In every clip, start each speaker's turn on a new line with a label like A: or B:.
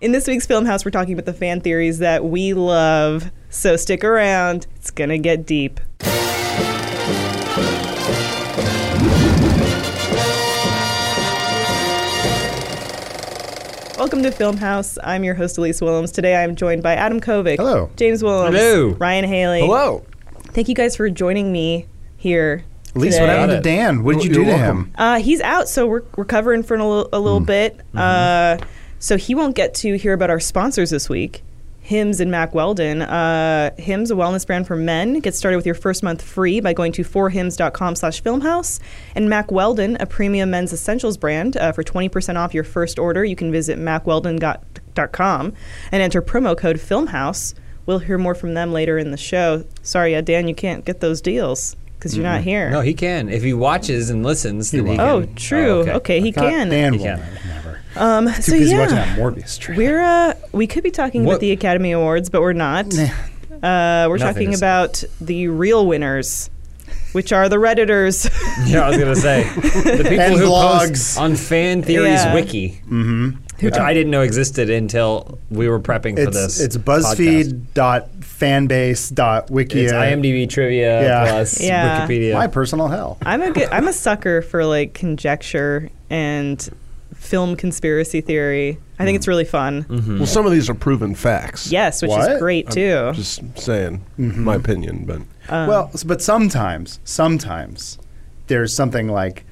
A: In this week's Film House, we're talking about the fan theories that we love. So stick around, it's going to get deep. Welcome to Film House. I'm your host, Elise Willems. Today I'm joined by Adam Kovic.
B: Hello.
A: James Willems.
C: Hello.
A: Ryan Haley.
C: Hello.
A: Thank you guys for joining me here.
B: At least
A: today.
B: what happened to
C: it.
B: Dan? What did you do
C: You're
B: to
C: welcome.
B: him?
A: Uh, he's out, so we're, we're covering for a little, a little bit. Uh, so he won't get to hear about our sponsors this week. Hims and Mac Weldon. Uh, Hims, a wellness brand for men. Get started with your first month free by going to forhims.com slash filmhouse. And Mac Weldon, a premium men's essentials brand. Uh, for 20% off your first order, you can visit macweldon.com and enter promo code filmhouse. We'll hear more from them later in the show. Sorry, uh, Dan, you can't get those deals because you're not here.
C: No, he can. If he watches and listens, then he
A: Oh,
C: can.
A: true.
C: Oh,
A: okay. he
B: God,
A: can.
B: Dan
C: He
B: will
C: can.
B: never.
A: um,
B: Too
A: so
B: busy
A: yeah,
B: watching that Morbius trailer.
A: we're uh, we could be talking about
C: What-
A: the Academy Awards, but we're not.
B: Nah.
A: Uh, we're
C: Nothing
A: talking
C: is-
A: about the real winners, which are the redditors.
C: Yeah, I was gonna say the people
B: And
C: who
B: blogs.
C: post on Fan Theories
A: Yeah.
C: Wiki, mm-hmm. which I didn't know existed until we were prepping for
B: It's
C: this.
B: it's
C: podcast.
B: BuzzFeed.fanbase.wikia.
C: It's IMDb trivia
B: Yeah.
C: plus
A: Yeah.
C: Wikipedia.
B: uh, My personal hell.
A: I'm a good, I'm a sucker for like conjecture and film conspiracy theory. I
B: Hmm.
A: think it's really fun.
D: Well, some of these are proven facts.
A: Yes, which is
B: Mm-hmm. What? Uh,
A: great too.
D: Just saying my opinion, but
B: well, s- but sometimes, sometimes there's something like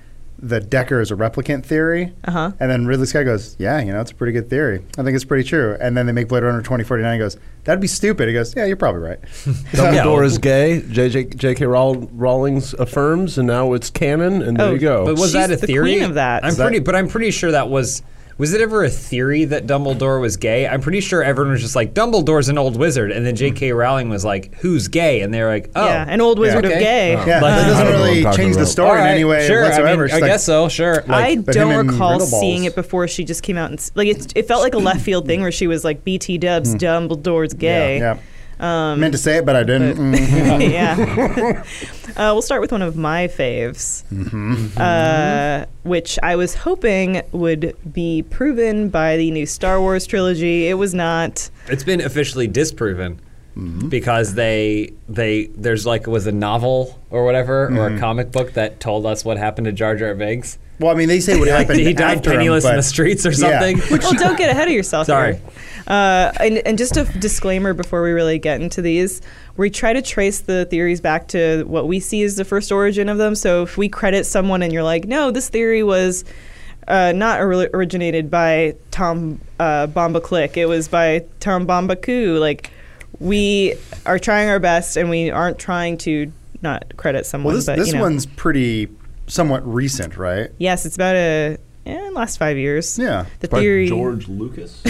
B: the Decker is a replicant theory,
A: Uh-huh.
B: and then Ridley Scott goes, "Yeah, you know, it's a pretty good theory. I think it's pretty true." And then they make Blade Runner 2049. and goes, "That'd be stupid." He goes, "Yeah, you're probably right."
D: Dumbledore is gay. JJ J.K. Rowl- Rowling's affirms, and now it's canon. And
A: Oh,
D: there you go.
C: But was
A: She's
C: that a
A: the
C: theory
A: queen of that.
C: I'm
A: Is
B: that-
C: pretty, but I'm pretty sure that was. Was it ever a theory that Dumbledore was gay? I'm pretty sure everyone was just like Dumbledore's an old wizard, and then J.K. Rowling was like, "Who's gay?" And they're like, "Oh,
A: yeah, an old wizard of
C: okay.
A: gay.
B: yeah,
C: Like-
D: I
B: that doesn't
D: don't know what
B: really
D: I'm talking
B: change the
D: about.
B: story in
C: Alright,
B: any way
C: sure, I,
B: whatsoever.
C: mean,
B: It's
C: I
B: like-
C: guess so. Sure.
A: I
B: but him
A: don't
B: and
A: recall
B: Riddle
A: seeing
B: balls.
A: it before she just came out and s- like it, it felt like a left field thing where she was like BT Dubs Dumbledore's gay.
B: Hmm. Yeah. Meant to say it, but I didn't. Mm.
A: yeah. uh, we'll start with one of my faves, uh, which I was hoping would be proven by the new Star Wars trilogy. It was not.
C: It's been officially disproven
B: Mm-hmm.
C: because they they there's like was a novel or whatever
B: Mm-hmm.
C: or a comic book that told us what happened to Jar Jar Binks.
B: Well, I mean, they say what
C: Like
B: happened.
C: he died
B: after him,
C: penniless in
B: but-
C: the streets or
B: yeah.
C: something.
A: Well, don't get ahead of yourself.
C: Sorry.
A: here. Uh, and, and just a disclaimer before we really get into these, we try to trace the theories back to what we see as the first origin of them. So if we credit someone and you're like, no, this theory was uh, not ori- originated by Tom uh, Bomba Click, it was by Tom Bomba Coo. Like, we are trying our best and we aren't trying to not credit someone.
B: Well, this,
A: but,
B: this
A: you know.
B: one's pretty somewhat recent, right?
A: Yes, it's about a. eh, last five years.
B: Yeah.
A: The theory.
E: George Lucas.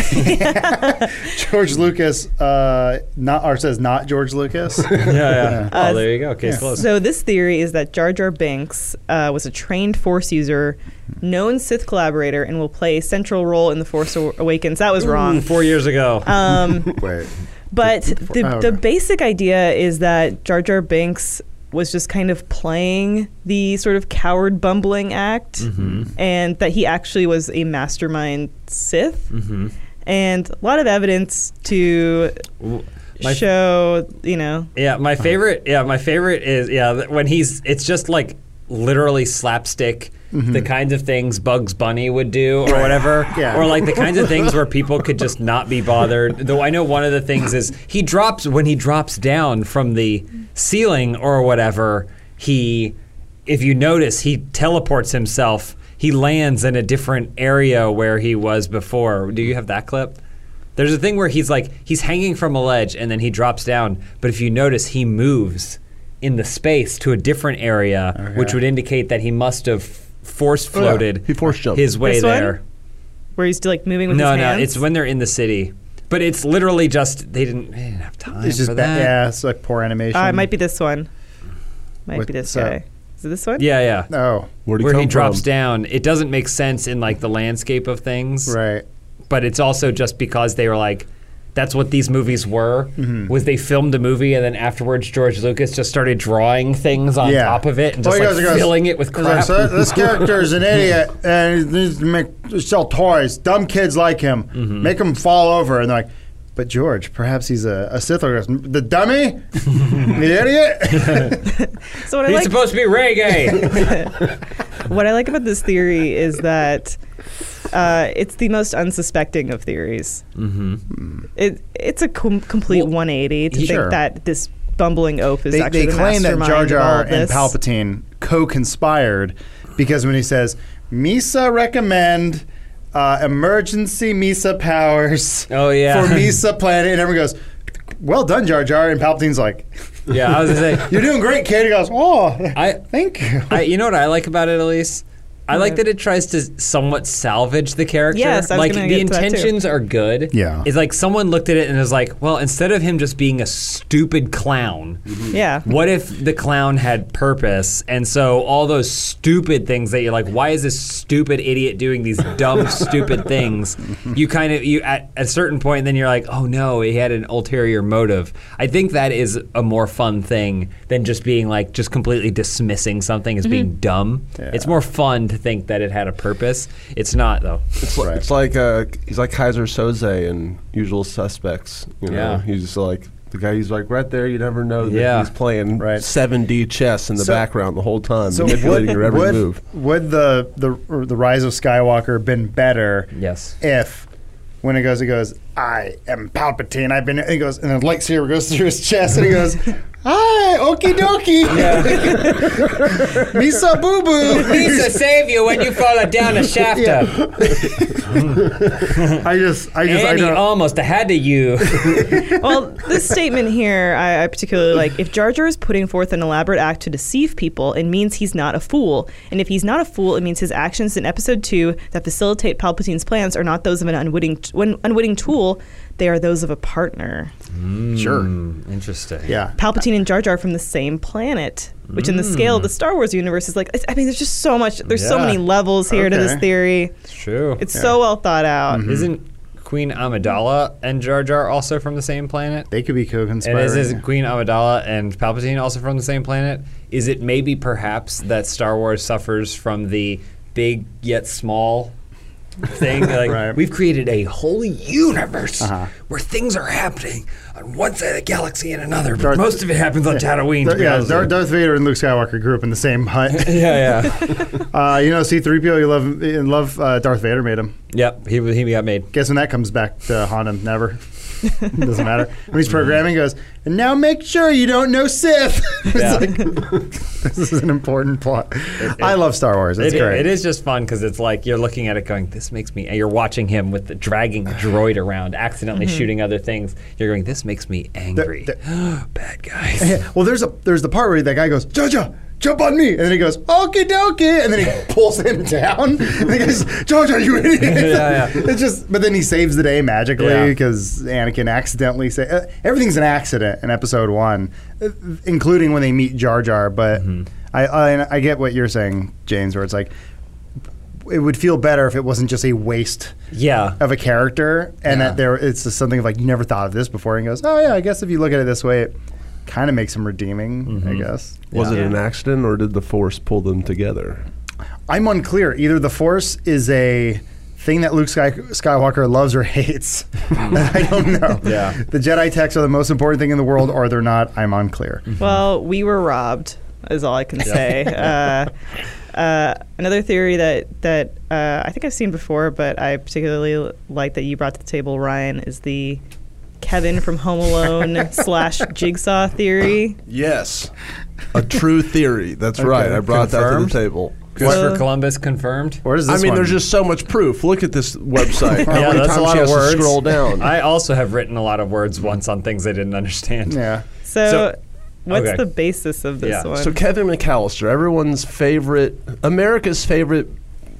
B: George Lucas, uh, not or says not George Lucas.
C: yeah, yeah. oh, there you go. Case closed.
A: So this theory is that Jar Jar Binks uh, was a trained Force user, known Sith collaborator, and will play a central role in the Force Aw- Awakens. That was
C: Mm,
A: wrong.
C: Four years ago.
A: Um,
B: Wait,
A: but the,
B: oh,
A: the
B: okay.
A: basic idea is that Jar Jar Binks was just kind of playing the sort of coward bumbling act,
C: Mm-hmm.
A: and that he actually was a mastermind Sith.
C: Mm-hmm.
A: And a lot of evidence to
C: My-
A: show, you know,
C: Yeah, my favorite. Yeah, my favorite is yeah th- when he's. It's just like literally slapstick.
B: Mm-hmm.
C: The kinds of things Bugs Bunny would do, or whatever,
B: Yeah.
C: or like the kinds of things where people could just not be bothered. Though I know one of the things is he drops when he drops down from the ceiling or whatever. He, if you notice, he teleports himself. He lands in a different area where he was before. Do you have that clip? There's a thing where he's like he's hanging from a ledge and then he drops down, but if you notice he moves in the space to a different area, which would indicate that he must have force floated
D: Oh, he force jumped.
C: his way
A: This one?
C: there.
A: where he's like moving with
C: no,
A: his
C: no,
A: hands.
C: it's when they're in the city. But it's literally just they didn't, they didn't have time
B: it's just
C: for
B: that.
C: that.
B: Yeah, it's like poor animation.
A: Uh, it might be this one. Might be this
B: What's that?
A: guy. Is it this one?
C: Yeah, yeah.
B: Oh,
D: Where'd
C: Where he
D: come
C: drops
D: from?
C: down, it doesn't make sense in like the landscape of things.
B: right.
C: But it's also just because they were like that's what these movies were. Was they filmed the movie and then afterwards George Lucas just started drawing things on
B: yeah.
C: top of it and
B: All
C: just
B: you
C: like
B: guys are gonna-
C: filling it with
B: He's like,
C: crap.
B: "So this character is an idiot and he needs to make sell toys. Dumb kids like him.
C: Mm-hmm.
B: Make him fall over. And they're like, but George, perhaps he's a, a Sith or the dummy, the idiot.
A: So what I
C: He's
A: like
C: supposed to be reggae.
A: what I like about this theory is that uh, it's the most unsuspecting of theories. Mm-hmm. It it's a com- complete
C: Well,
A: 180 to
C: he-
A: think
B: Sure.
A: that this bumbling oaf is
B: they
A: actually
B: they
A: the
B: claim that
A: mastermind
B: Jar
A: of all
B: Jar
A: of
B: and
A: this.
B: Palpatine co-conspired because when he says Misa recommend uh, emergency Misa powers
C: Oh, yeah.
B: for Misa planet, and everyone goes, "Well done, Jar Jar," and Palpatine's like.
C: yeah, I was gonna say.
B: You're doing great, kid. He goes, oh,
C: I-
B: thank you.
C: I, you know what I like about it, Elise? I like
A: What?
C: that it tries to somewhat salvage the character.
A: Yes, I was
C: like
A: gonna
C: the
A: get to that too.
C: intentions are good.
B: Yeah.
C: it's like someone looked at it and was like, "Well, instead of him just being a stupid clown,
A: Yeah.
C: what if the clown had purpose?" And so all those stupid things that you're like, "Why is this stupid idiot doing these dumb, stupid things?" You kind of you at a certain point, then you're like, "Oh no, he had an ulterior motive." I think that is a more fun thing than just being like just completely dismissing something as being dumb. It's more fun to think that it had a purpose. It's not though.
D: It's, li-
B: Right.
D: it's like uh, he's like Kaiser Soze in Usual Suspects. You know?
C: Yeah.
D: he's like the guy. He's like right there. You never know that
C: Yeah.
D: he's playing
B: Right.
D: 7D chess in the
B: So-
D: background the whole time,
B: So
D: manipulating
B: would,
D: your every
B: would,
D: move.
B: would the, the or the rise of Skywalker been better?
C: Yes.
B: If when it goes, it goes. I am Palpatine. I've been. He goes, and the lightsaber goes through his chest, and he goes, "Hi, okie dokie, Misa boo boo."
C: Lisa, save you when you fall down a shaft.
B: I just, I just, I
C: Annie
B: don't.
C: almost had to you.
A: well, this statement here, I, I particularly like. If Jar Jar is putting forth an elaborate act to deceive people, it means he's not a fool. And if he's not a fool, it means his actions in Episode Two that facilitate Palpatine's plans are not those of an unwitting, an unwitting tool. They are those of a partner.
D: Hmm.
B: sure.
C: Hmm, Interesting.
B: Yeah.
A: Palpatine and Jar Jar are from the same planet, which in the scale of the Star Wars universe is like. it's- I mean, there's just so much. There's so
C: Yeah.
A: many levels here to this
B: Okay.
A: theory.
C: True.
A: It's so well thought out.
B: Mm-hmm.
C: Isn't Queen Amidala and Jar Jar also from the same planet?
B: They could be
C: And
B: co-conspiring.
C: is, is Queen Amidala and Palpatine also from the same planet? Is it maybe perhaps that Star Wars suffers from the big yet small thing? Like
B: Right. Uh-huh.
C: we've created a whole universe where things are happening on one side of the galaxy and another, but
B: Darth-
C: most of it happens on Tatooine. to
B: Dar-
C: be
B: yeah,
C: honest
B: Dar-
C: with
B: Darth Vader and Luke Skywalker grew up in the same hut.
C: you. yeah, yeah,
B: Uh, you know, C-3PO, you love, you love uh, Darth Vader made him.
C: yep. He he got made.
B: Guess when that comes back to haunt him? Never. Doesn't matter. When he's programming, he goes, and now make sure you don't know Sith. it's
C: Yeah.
B: like, this is an important plot. I love Star Wars. It's
C: It-
B: great.
C: it is just fun because it's like you're looking at it going, this makes me, and you're watching him with the dragging droid around, accidentally
D: Mm-hmm.
C: shooting other things. You're going, this makes me angry. Bad guys.
B: Yeah, Well, there's a there's the part where that guy goes, Jojo, jump on me, and then he goes, okie dokie, and then he pulls him down. And he goes, Jojo, you idiot!
C: Yeah, yeah.
B: It's just, but then he saves the day magically
C: Yeah.
B: because Anakin accidentally say uh, everything's an accident in Episode One, uh, including when they meet Jar Jar. But
C: Mm-hmm.
B: I, I I get what you're saying, James, where it's like. It would feel better if it wasn't just a waste
D: Uh,
C: yeah.
B: of a character, and that there it's just something of like you never thought of this before, and he goes, oh yeah, I guess if you look at it this way, it kind of makes him redeeming, I
D: Mm-hmm.
B: guess.
D: Was it
A: Yeah.
D: an accident or did the force pull them together?
B: I'm unclear. Either the Force is a thing that Luke Sky- Skywalker loves or hates.
D: Hmm.
B: I don't know.
C: Yeah.
B: The Jedi texts are the most important thing in the world, or they're not. I'm unclear.
D: Hmm.
A: Well, we were robbed, is all I can say. uh, uh, another theory that that uh, I think I've seen before, but I particularly like that you brought to the table, Ryan, is the Kevin from Home Alone slash Jigsaw theory.
D: Yes, a true theory. That's right. I brought
C: Confirmed?
D: that to the table.
C: Christopher Columbus confirmed.
B: Where does this
D: I mean,
B: one-
D: there's just so much proof. Look at this website. How
C: Yeah,
D: many
C: that's a
D: times
C: lot
D: she
C: of
D: has to
C: words.
D: scroll down? Mm-hmm.
C: I also have written a lot of words once on things I didn't understand.
B: Yeah.
A: So,
C: So-
A: what's
C: okay.
A: the basis of this
C: Yeah.
A: one?
D: So Kevin McAllister, everyone's favorite, America's favorite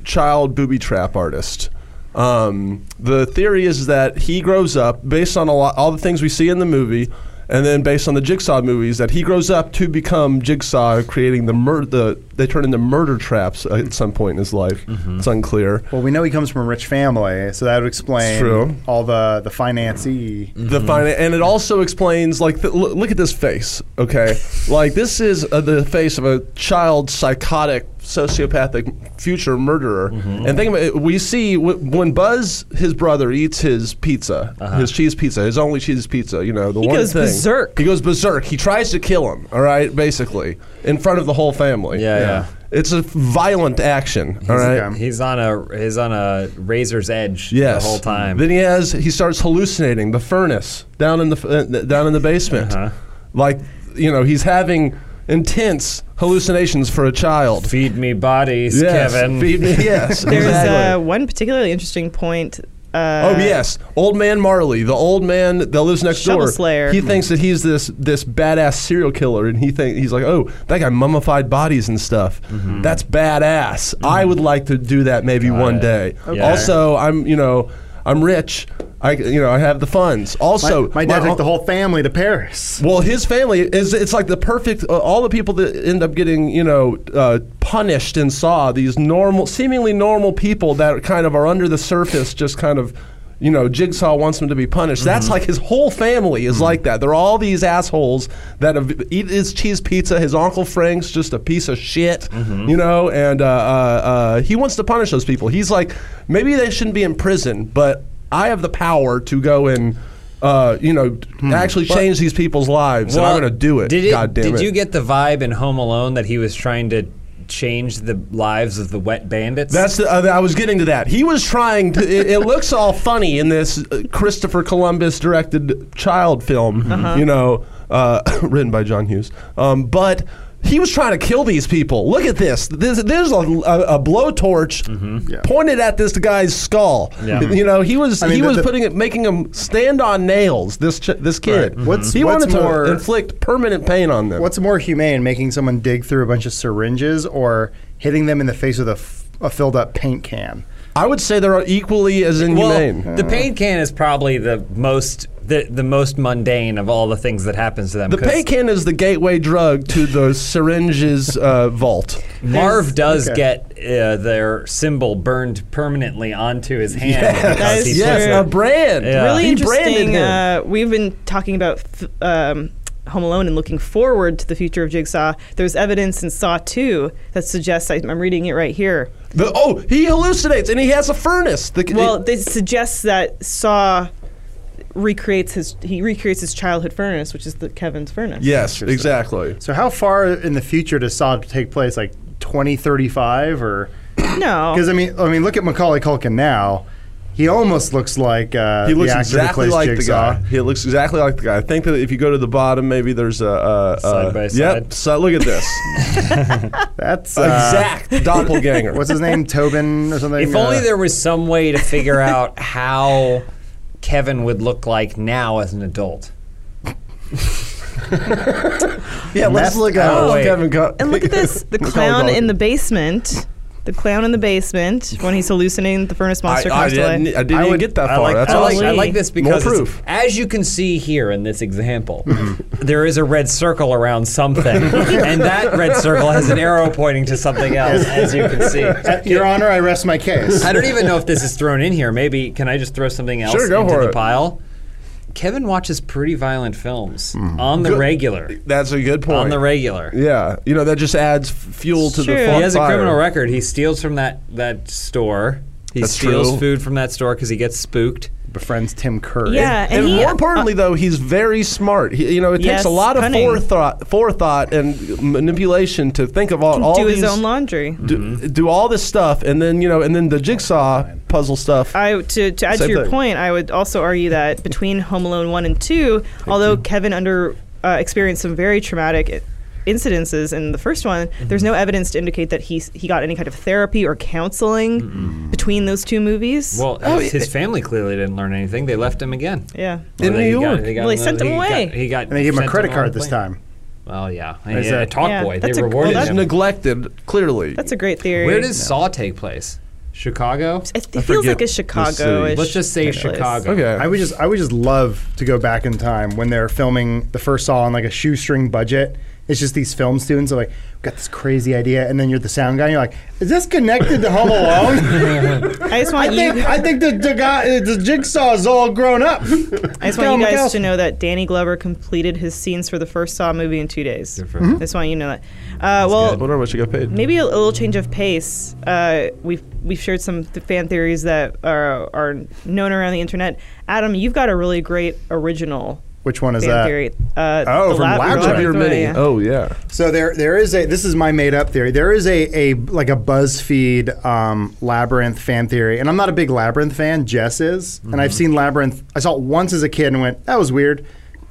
D: child booby trap artist. Um, the theory is that he grows up based on a lot, all the things we see in the movie.
E: and then based on the Jigsaw movies, that he grows up to become Jigsaw, creating the murder. The, they turn into murder traps uh, at some point in his life.
C: Mm-hmm.
E: It's unclear.
B: Well, we know he comes from a rich family, so that would explain
E: True.
B: all the the financee.
E: The
C: Mm-hmm.
E: fina- and it also explains like the, look, look at this face, okay? like this is uh, the face of a child psychotic sociopathic future murderer.
C: Mm-hmm.
E: And think about it, we see w- when Buzz his brother eats his pizza,
C: Uh-huh.
E: his cheese pizza, his only cheese pizza, you know, the
A: He
E: one
A: goes
E: thing.
A: berserk.
E: He goes berserk. He tries to kill him, all right, basically, in front of the whole family.
C: Yeah, yeah.
E: It's a violent action, all
C: He's-
E: right?
B: okay.
C: He's on a he's on a razor's edge
E: Yes.
C: the whole time.
E: Then he has he starts hallucinating the furnace down in the f- uh, th- down in the basement.
C: Uh-huh.
E: Like you know, he's having intense hallucinations for a child.
C: Feed me bodies,
E: yes.
C: Kevin.
E: Feed me- yes.
A: There's uh,
E: exactly.
A: one particularly interesting point. Uh,
E: Oh yes, old man Marley, the old man that lives next
A: Shovel
E: door.
A: Slayer.
E: He thinks that he's this this badass serial killer, and he think he's like, oh, that guy mummified bodies and stuff.
B: Mm-hmm.
E: That's badass. I would like to do that maybe one
C: it.
E: day.
C: Okay.
E: Also, I'm you know I'm rich. I you know I have the funds.
B: My,
E: Also,
B: my dad
E: my-
B: took the whole family to Paris.
E: well, his family is it's like the perfect uh, all the people that end up getting, you know, uh, punished in Saw, these normal seemingly normal people that are kind of are under the surface just kind of you know, Jigsaw wants them to be punished. That's like his whole family is like that. They're all these assholes that have eat his cheese pizza. His uncle Frank's just a piece of shit, you know. And uh, uh, uh, he wants to punish those people. He's like, maybe they shouldn't be in prison, but I have the power to go and uh, you know, actually change these people's lives, and I'm going to do it.
C: Hmm. Did,
E: God damn
C: did
E: it.
C: you get the vibe in Home Alone that he was trying to change the lives of the wet bandits?
E: That's the, uh, I was getting to that. He was trying to. It, it looks all funny in this uh, Christopher Columbus directed child film,
C: Uh-huh.
E: you know, uh, written by John Hughes. Um, but he was trying to kill these people. Look at this. There's, there's a, a, a blowtorch
B: Yeah.
E: pointed at this guy's skull.
C: Mm-hmm. Yeah.
E: You know, he was
B: I mean,
E: he
B: the-
E: was
B: the-
E: putting it, making him stand on nails. This ch- this kid.
B: Right. Mm-hmm. What's-
E: he
B: what's
E: wanted to
B: more-
E: inflict permanent pain on them.
B: What's more humane, making someone dig through a bunch of syringes or hitting them in the face with a, f- a filled up paint can?
E: I would say they're equally as inhumane.
C: Well, the paint can is probably the most the, the most mundane of all the things that happens to them.
E: The
C: 'cause
E: paint can is the gateway drug to the syringes uh, vault.
C: Marv does
B: okay.
C: get uh, their symbol burned permanently onto his hand.
A: That
C: because
A: is
C: he
A: true.
C: puts
E: Yes,
C: it-
A: true.
E: a brand.
C: Yeah.
A: really
E: He branded
A: interesting.
E: him.
A: Uh, we've been talking about th- um, Home Alone and looking forward to the future of Jigsaw. There's evidence in Saw 2 that suggests, I, I'm reading it right here.
E: The- oh, he hallucinates and he has a furnace. The,
A: Well,
E: it-
A: this suggests that Saw recreates his he recreates his childhood furnace, which is the Kevin's furnace.
E: yes, exactly.
B: So, how far in the future does Saw take place? Like 2035 or.
A: No.
B: Because I mean, I mean, look at Macaulay Culkin now. He almost looks like uh,
E: He looks
B: the actor who
E: exactly
B: plays
E: like
B: Jigsaw.
E: the guy. He looks exactly like the guy. I think that if you go to the bottom, maybe there's a uh,
C: Side
E: uh,
C: by
E: Yep.
C: side.
E: So look at this
B: That's uh,
E: exact doppelganger.
B: What's his name? Tobin or something.
C: If only
B: Uh,
C: there was some way to figure out how Kevin would look like now as an adult.
E: yeah, let's
B: Meth-
E: look at
C: oh,
E: how
C: wait.
E: Kevin Co-
A: and look at this: the
E: Macaulay
A: clown in
E: Culkin.
A: the basement. The clown in the basement when he's hallucinating the furnace
E: I,
A: monster
E: I
A: comes to
E: didn't, I
A: life.
E: didn't
B: I
E: even
B: would-
E: get that
C: I
E: far.
C: like,
E: That's
C: I
E: all
C: like,
A: awesome.
C: I like this because
E: More
C: it's-
E: proof. Mm-hmm.
C: as you can see here in this example, there is a red circle around something, and that red circle has an arrow pointing to something else, as you can see.
B: uh, Your Honor, I rest my case.
C: I don't even know if this is thrown in here. Maybe can I just throw something else
E: Sure, go
C: into
E: for
C: the
E: it.
C: pile? Kevin watches pretty violent films on the
E: Mm-hmm. Good-
C: regular.
E: That's a good point.
C: On the regular.
E: Yeah, you know that just adds f- fuel to
A: Sure.
E: the
A: He
E: fu-
C: He has a
E: fire.
C: criminal record. He steals from that that store. He
E: That's
C: steals
E: true.
C: food from that store because he gets spooked.
B: Befriends Tim Curry.
A: Yeah,
E: And,
A: he- uh,
E: more importantly, though, he's very smart. He, you know, it takes
A: Yes,
E: a lot of
A: cunning.
E: forethought, forethought and manipulation to think of all, all
A: do
E: these,
A: his own laundry.
E: do, do all this stuff, and then you know, and then the jigsaw puzzle stuff.
A: I to, to add
E: Same
A: to your
E: thing.
A: point, I would also argue that between Home Alone one and two, although Kevin under uh, experienced some very traumatic i- incidences in the first one,
C: Mm-hmm.
A: there's no evidence to indicate that he s- he got any kind of therapy or counseling between those two movies.
C: Well,
E: Oh,
C: his, his family clearly didn't learn anything. They left him again.
A: yeah,
E: In
C: Well,
E: New
C: he got-
E: York.
C: he got
A: Well, they
C: another-
A: sent him
C: he got-
A: away.
C: he got
B: And they gave him a
C: sent
B: credit
C: on
B: card this
C: plane.
B: time.
C: Well, yeah,
B: Is
C: yeah,
B: that-
C: Talk
A: Yeah,
C: Boy. They
A: that's a- well,
C: rewarded
A: that's-
E: It's
C: him.
E: neglected, clearly.
A: that's a great theory.
C: Where does Saw take place? Chicago.
A: It, it feels
E: forget
A: like a
E: the
A: Chicago.
E: city.
C: Let's just say Chicago.
D: Okay.
B: I would just I would just love to go back in time when they're filming the first Saw on like a shoestring budget. It's just these film students are like, "We've got this crazy idea, and then you're the sound guy, and you're like, is this connected to Home Alone?
A: I just
B: I
A: want
B: think
A: you.
B: I think the, the guy the jigsaw is all grown up.
A: I just want you guys to know that Danny Glover completed his scenes for the first Saw movie in two days.
C: Good for him.
A: I just want you to know that. Uh, well,
D: I wonder how much she got paid.
A: maybe a, a little change of pace. Uh, we've we've shared some th- fan theories that are are known around the internet. Adam, you've got a really great original
B: Which one is
A: fan
B: that?
A: theory. Uh,
B: Oh,
A: the
B: from Lab
A: the
B: Jack.
D: Your
A: Threat,
D: mini.
A: yeah.
D: Oh yeah.
B: So there, there is a. This is my made up theory. There is a, a like a BuzzFeed um, labyrinth fan theory, and I'm not a big labyrinth fan. Jess is, and
C: Mm-hmm.
B: I've seen labyrinth. I saw it once as a kid and went, that was weird.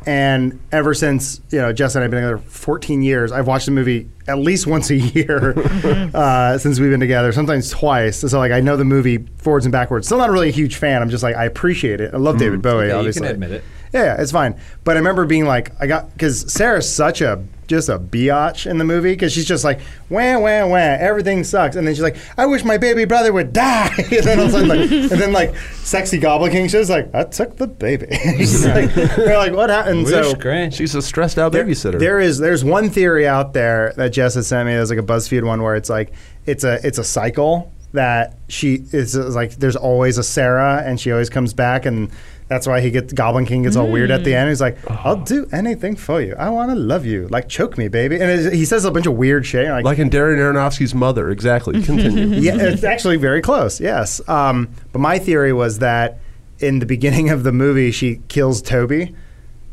B: And ever since, you know, Jess and I've been together 14 years. I've watched the movie at least once a year uh, since we've been together, sometimes twice. So like, I know the movie forwards and backwards. Still not really a huge fan. I'm just like, I appreciate it. I love David Bowie.
C: Mm. Yeah, you
B: obviously,
C: can admit it.
B: yeah, yeah, it's fine. But I remember being like, I got because Sarah's such a just a biatch in the movie because she's just like, wah wah wah, everything sucks, and then she's like, I wish my baby brother would die, and then all of a sudden, like, and then like, sexy Goblin King, she's like, I took the baby. she's like, they're like, what happened?
C: Wish
B: So
C: Grant.
D: She's a stressed out
B: there-
D: babysitter.
B: There is there's one theory out there that Jess has sent me. There's like a BuzzFeed one where it's like it's a it's a cycle that she is like there's always a Sarah and she always comes back and that's why he gets Goblin King gets all weird at the end. He's like, "I'll do anything for you. I want to love you. Like choke me, baby." And it, he says a bunch of weird shit. Like,
D: like in Darren Aronofsky's mother. Exactly. Continue.
B: yeah, it's actually very close. Yes, um, but my theory was that in the beginning of the movie, she kills Toby.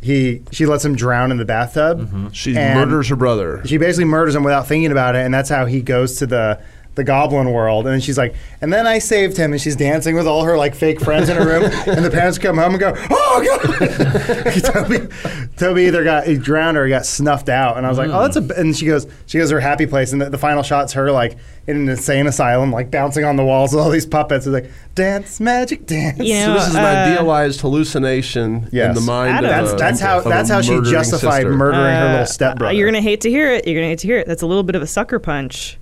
B: He she lets him drown in the bathtub.
E: Mm-hmm.
D: She
B: And-
D: murders her brother.
B: she basically murders him without thinking about it, and that's how he goes to the the goblin world. And then she's like, and then I saved him, and she's dancing with all her like fake friends in her room, and the parents come home and go, oh god, Toby, Toby either got he drowned or he got snuffed out, and I was like, oh that's
D: Mm.
B: a, b-" and she goes she goes to her happy place, and the, the final shot's her like in an insane asylum, like bouncing on the walls with all these puppets, it's like dance magic dance.
A: You
D: so
A: know,
D: this is an
A: uh,
D: idealized hallucination
B: Yes.
D: in the mind.
A: Adam.
B: That's,
D: of a,
B: that's how
D: Uh, of a
B: that's how she
D: murdering
B: justified
D: sister.
B: murdering her
A: Uh,
B: little stepbrother.
A: You're gonna hate to hear it. You're gonna hate to hear it. That's a little bit of a sucker punch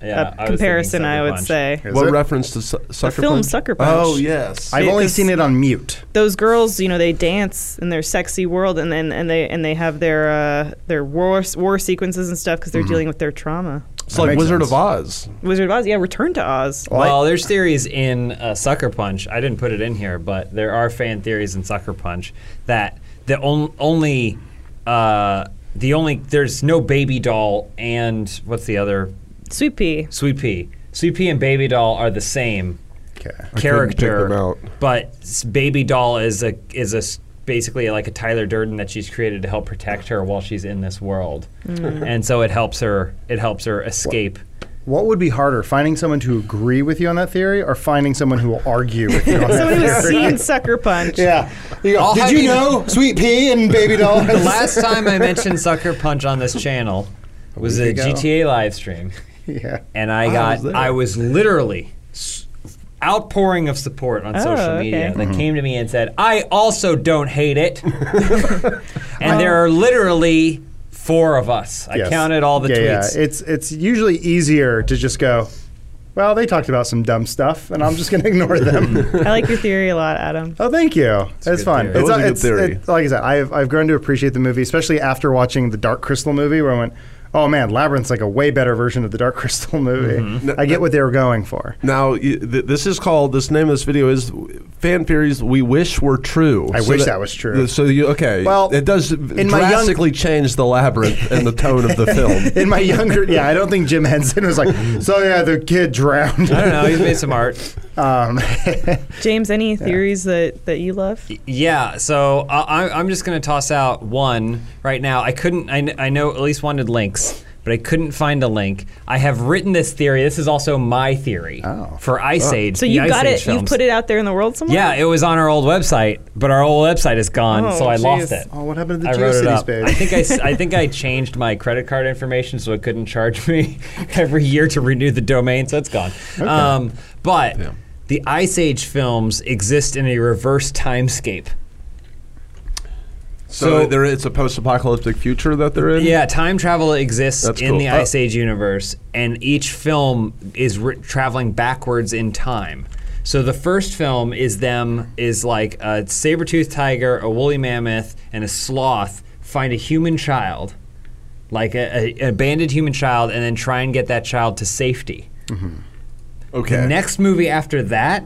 C: Yeah, I was
A: uh,
C: thinking
A: comparison, I
C: Sucker
A: would
C: Punch.
A: say.
B: Is
D: What
B: it?
D: reference to su- Sucker
A: film
D: Punch?
A: Sucker Punch.
D: Oh yes.
B: I've only
A: because-
B: seen it on mute.
A: those girls, you know, they dance in their sexy world, and then and they and they have their uh, their war war sequences and stuff because
B: Mm-hmm.
A: they're dealing with their trauma.
D: it's
B: That
D: like
B: makes
D: Wizard
B: sense.
D: of Oz.
A: Wizard of Oz, yeah, Return to Oz.
C: Well, there's theories in uh, Sucker Punch. I didn't put it in here, but there are fan theories in Sucker Punch that the on- only uh, the only there's no baby doll and what's the other
A: Sweet pea.
C: Sweet Pea. Sweet Pea and Baby Doll are the same
B: Okay.
D: couldn't pick
C: character,
D: them out.
C: but s- Baby Doll is a is a s- basically like a Tyler Durden that she's created to help protect her while she's in this world, and so it helps her it helps her escape.
B: What would be harder, finding someone to agree with you on that theory or finding someone who will argue with you on that
A: Somebody who's
B: theory?
A: seen Sucker Punch.
B: Yeah. You go,
C: I'll
B: Did
C: have
B: you
C: you-
B: know Sweet Pea and Baby Doll?
C: The last time I mentioned Sucker Punch on this channel was a
B: week ago.
C: GTA live stream,
B: yeah.
C: and I
D: was
C: got
D: there.
C: I was literally s- outpouring of support on social
A: Oh, okay.
C: media that
B: Mm-hmm.
C: came to me and said, "I also don't hate it," and there are literally four of us. I
B: Yes.
C: counted all the
B: yeah,
C: tweets.
B: Yeah. It's it's usually easier to just go, well, they talked about some dumb stuff and I'm just going to ignore them.
A: I like your theory a lot, Adam.
B: oh, thank you. That's
C: good
B: fun. It's,
C: theory.
D: That was a good
B: it's-
D: theory.
B: it- like I said, I've, I've grown to appreciate the movie, especially after watching the Dark Crystal movie where I went, oh man, Labyrinth's like a way better version of the Dark Crystal movie.
D: Mm-hmm.
B: I get what they were going for.
D: Now, y- th- this is called. This name of this video is "Fan Theories We Wish Were True."
B: I wish that was true.
D: So you okay?
B: Well,
D: it does
B: in my young-
D: drastically change the labyrinth and the tone of the film.
B: in my younger yeah i don't think jim henson was like so yeah the kid drowned
C: I don't know. He's made some art.
B: um,
A: James, any theories that, that you love?
C: Yeah, so I, I- I'm just going to toss out one right now. I couldn't, I, kn- I know at least wanted links, but I couldn't find a link. I have written this theory. This is also my theory
B: Oh.
C: for Ice Age.
A: So
C: the
A: you
C: Ice
A: got
C: Age
A: it. You
C: films.
A: put it out there in the world somewhere.
C: Yeah, it was on our old website, but our old website is gone,
A: Oh,
C: so I lost
A: jeez.
C: it.
B: oh what happened to the
C: I wrote it
B: geocities
C: up.
B: babe
C: I think I, s- I think I changed my credit card information so it couldn't charge me every year to renew the domain, so it's gone. Um, but the Ice Age films exist in a reverse timescape.
D: So,
C: So-
D: there, it's a post-apocalyptic future that they're in.
C: Yeah, time travel exists
D: That's
C: in
D: cool.
C: the
D: Oh.
C: Ice Age universe, and each film is re- traveling backwards in time. So the first film is them is like a saber-toothed tiger, a woolly mammoth, and a sloth find a human child, like a, a, an abandoned human child, and then try and get that child to safety.
D: Okay.
C: The next movie after that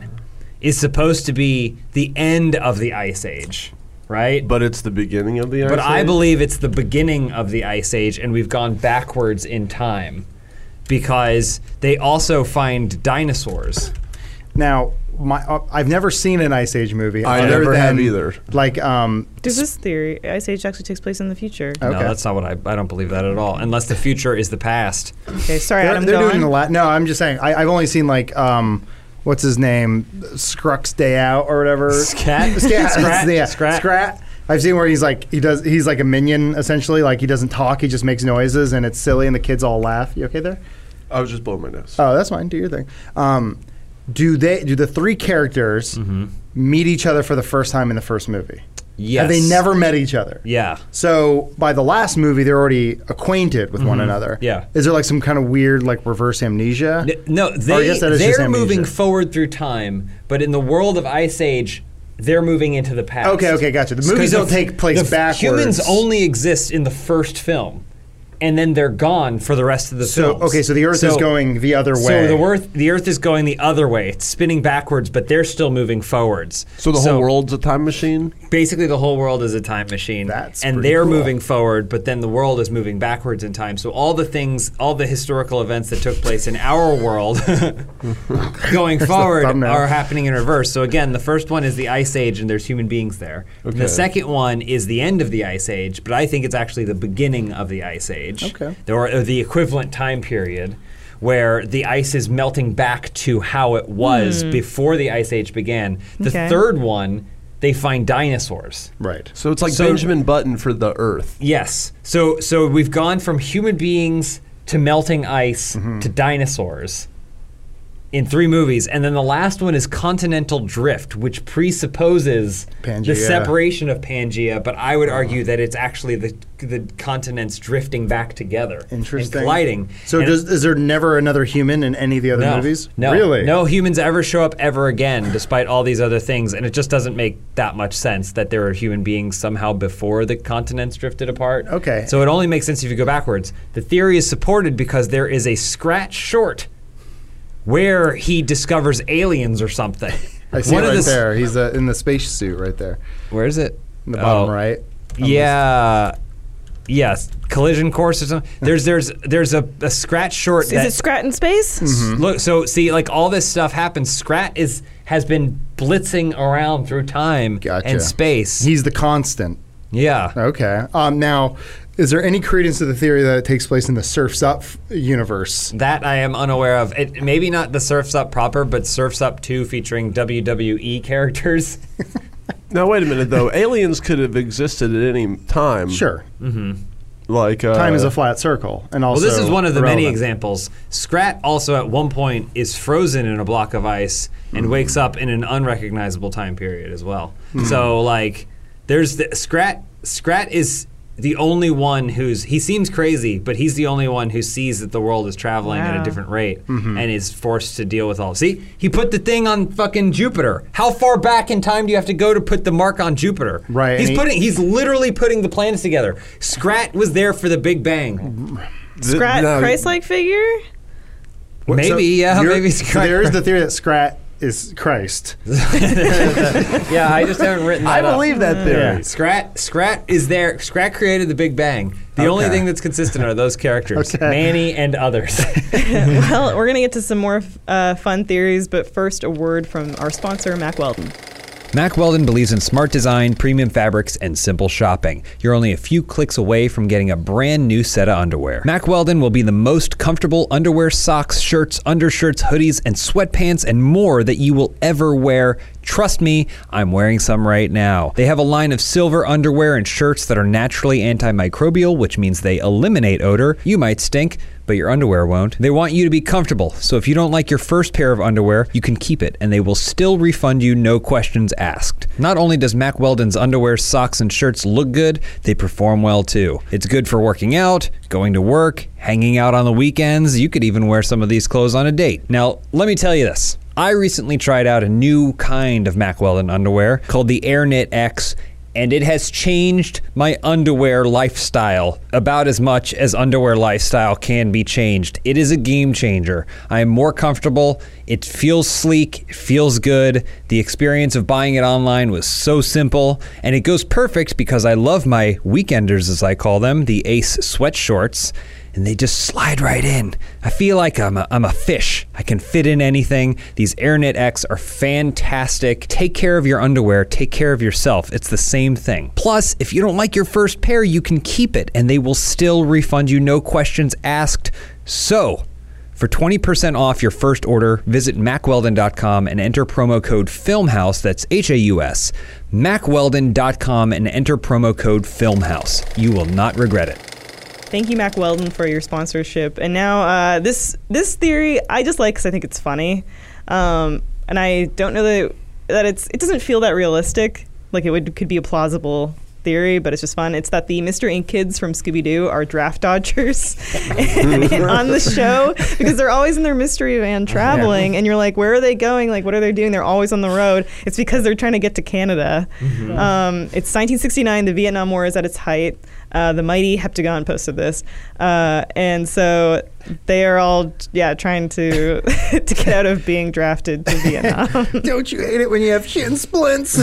C: is supposed to be the end of the Ice Age, right?
D: but it's the beginning of the.
C: But
D: Ice
C: I
D: Age?
C: believe it's the beginning of the Ice Age, and we've gone backwards in time because they also find dinosaurs.
B: Now, my uh, I've never seen an Ice Age movie.
D: I
B: other
D: never have
B: than,
D: either.
B: Like, um,
A: There's this theory Ice Age actually takes place in the future.
B: Okay.
C: No, that's not what I. I don't believe that at all. Unless the future is the past.
A: Okay, sorry,
B: they're,
A: Adam.
B: they're
A: go
B: doing
A: on.
B: a lot. No, I'm just saying. I, I've only seen like, um, what's his name, Scrux Day Out or whatever.
C: Scat?
B: Scat.
C: Scrat?
B: yeah,
C: Scrat?
B: Scrat. I've seen where he's like he does. He's like a minion essentially. Like he doesn't talk. He just makes noises, and it's silly, and the kids all laugh. You okay there?
D: I was just blowing my nose.
B: Oh, that's fine. Do your thing. Um, do they? Do the three characters
C: Mm-hmm.
B: meet each other for the first time in the first movie?
C: Yes.
B: Have they never met each other?
C: Yeah.
B: So by the last movie, they're already acquainted with one another.
C: Mm-hmm. Yeah.
B: Is there like some kind of weird like reverse amnesia?
C: N- No, they,
B: I guess that is just
C: they're moving
B: amnesia. Oh,
C: forward through time, but in the world of Ice Age, they're moving into the past.
B: Okay, okay, gotcha. The
C: 'Cause
B: movies don't
C: f-
B: take place
C: the f-
B: backwards.
C: Humans only exist in the first film, and then they're gone for the rest of the
B: So
C: films.
B: okay, so the Earth is
C: So-
B: going the other way.
C: So the Earth, the Earth is going the other way. It's spinning backwards, but they're still moving forwards.
D: So the whole world's a time machine.
C: basically, the whole world is a time machine,
B: That's
C: and
B: pretty
C: they're
B: cool.
C: moving forward, but then the world is moving backwards in time. So all the things, all the historical events that took place in our world, going forward,
B: thumbnail.
C: are happening in reverse. So again, the first one is the Ice Age, and there's human beings there. And the
D: Okay.
C: second one is the end of the Ice Age, but I think it's actually the beginning of the Ice Age.
B: Okay.
C: There are- or the equivalent time period where the ice is melting back to how it was before the ice age began. The
A: Okay.
C: third one, they find dinosaurs.
B: right.
D: So it's like
C: So-
D: Benjamin Button for the Earth.
C: Yes. So so we've gone from human beings to melting ice
B: Mm-hmm.
C: to dinosaurs in three movies and then the last one is continental drift which presupposes the
B: Pangea. Uh.
C: separation of pangea but i would argue that it's actually the the continents drifting back together
B: Interesting.
C: and colliding
B: So
C: And-
B: does, is there never another human in any of the other
C: no,
B: movies?
C: No,
B: Really?
C: No humans ever show up ever again, despite all these other things, and it just doesn't make that much sense that there were human beings somehow before the continents drifted apart.
B: Okay.
C: So it only makes sense if you go backwards. The theory is supported because there is a scratch short where he discovers aliens or something.
B: I see
C: One
B: it
C: of
B: right
C: the s-
B: there. He's uh, in the space suit right there
C: Where is it?
B: in the bottom
C: Oh.
B: right.
C: Yeah. Yes, collision course or something. There's there's there's a, a scratch short.
A: Is
C: that-
A: it Scrat in Space?
B: Mm-hmm.
C: Look, so see, like all this stuff happens. Scrat is has been blitzing around through time
B: Gotcha.
C: and space.
B: He's the constant.
C: yeah.
B: Okay. Um, now, is there any credence to the theory that it takes place in the Surfs Up universe?
C: That I am unaware of. It, maybe not the Surf's Up proper, but Surf's Up 2 featuring WWE characters.
D: Now wait a minute though. Aliens could have existed at any time.
B: Sure.
D: Like uh,
B: Time is a flat circle, and also
C: Well, this is one of the many
B: irrelevant.
C: examples. Scrat also at one point is frozen in a block of ice and
B: Mm.
C: wakes up in an unrecognizable time period as well. So like, there's the, Scrat. Scrat is the only one who's he seems crazy, but he's the only one who sees that the world is traveling at a
A: Wow.
C: different rate
B: Mm-hmm.
C: and is forced to deal with all. See, he put the thing on fucking Jupiter. How far back in time do you have to go to put the mark on Jupiter?
B: Right,
C: He's
B: and he-
C: putting. He's literally putting the planets together. Scrat was there for the Big Bang.
D: th-
A: Scrat
D: no,
A: Christ-like figure?
B: What- so
C: Maybe, yeah,
B: you're-
C: maybe
B: so
C: Scrat-
B: there is the theory that Scrat is Christ.
C: yeah, I just haven't written
D: I
C: that.
D: believe that theory.
B: Yeah.
C: Scrat Scrat is there. Scrat created the Big Bang. The only
B: Okay.
C: thing that's consistent are those characters,
B: Okay.
C: Manny and others.
A: well, we're going to get to some more uh, fun theories, but first, a word from our sponsor, Mac Weldon.
C: Mack Weldon believes in smart design, premium fabrics, and simple shopping. You're only a few clicks away from getting a brand new set of underwear. Mack Weldon will be the most comfortable underwear, socks, shirts, undershirts, hoodies, and sweatpants, and more that you will ever wear. Trust me, I'm wearing some right now. They have a line of silver underwear and shirts that are naturally antimicrobial, which means they eliminate odor. You might stink but your underwear won't. They want you to be comfortable. So if you don't like your first pair of underwear, you can keep it and they will still refund you no questions asked. Not only does Mack Weldon's underwear, socks and shirts look good, they perform well too. It's good for working out, going to work, hanging out on the weekends. You could even wear some of these clothes on a date. Now, let me tell you this. I recently tried out a new kind of Mack Weldon underwear called the AirKnit X and it has changed my underwear lifestyle about as much as underwear lifestyle can be changed. It is a game changer. I am more comfortable. It feels sleek. It feels good. The experience of buying it online was so simple, and it goes perfect because I love my weekenders, as I call them, the Ace sweatshorts and they just slide right in. I feel like I'm a, I'm a fish. I can fit in anything. These AirKnit X are fantastic. Take care of your underwear, take care of yourself. It's the same thing. Plus, if you don't like your first pair, you can keep it and they will still refund you, no questions asked. So, for 20% off your first order, visit macweldon.com and enter promo code FILMHOUSE, that's H A U S, macweldon.com and enter promo code FILMHOUSE. You will not regret it.
A: Thank you, Mac Weldon, for your sponsorship. And now uh, this this theory I just like because I think it's funny, um, and I don't know that that it's it doesn't feel that realistic. Like it would could be a plausible theory, but it's just fun. It's that the Mr. Ink kids from Scooby Doo are draft dodgers and- and on the show because they're always in their mystery van traveling, and you're like, where are they going? Like, what are they doing? They're always on the road. It's because they're trying to get to Canada.
B: Mm-hmm.
A: Um, it's 1969. The Vietnam War is at its height. Uh, the mighty Heptagon posted this, uh, and so they are all yeah trying to to get out of being drafted to Vietnam.
B: Don't you hate it when you have shin splints?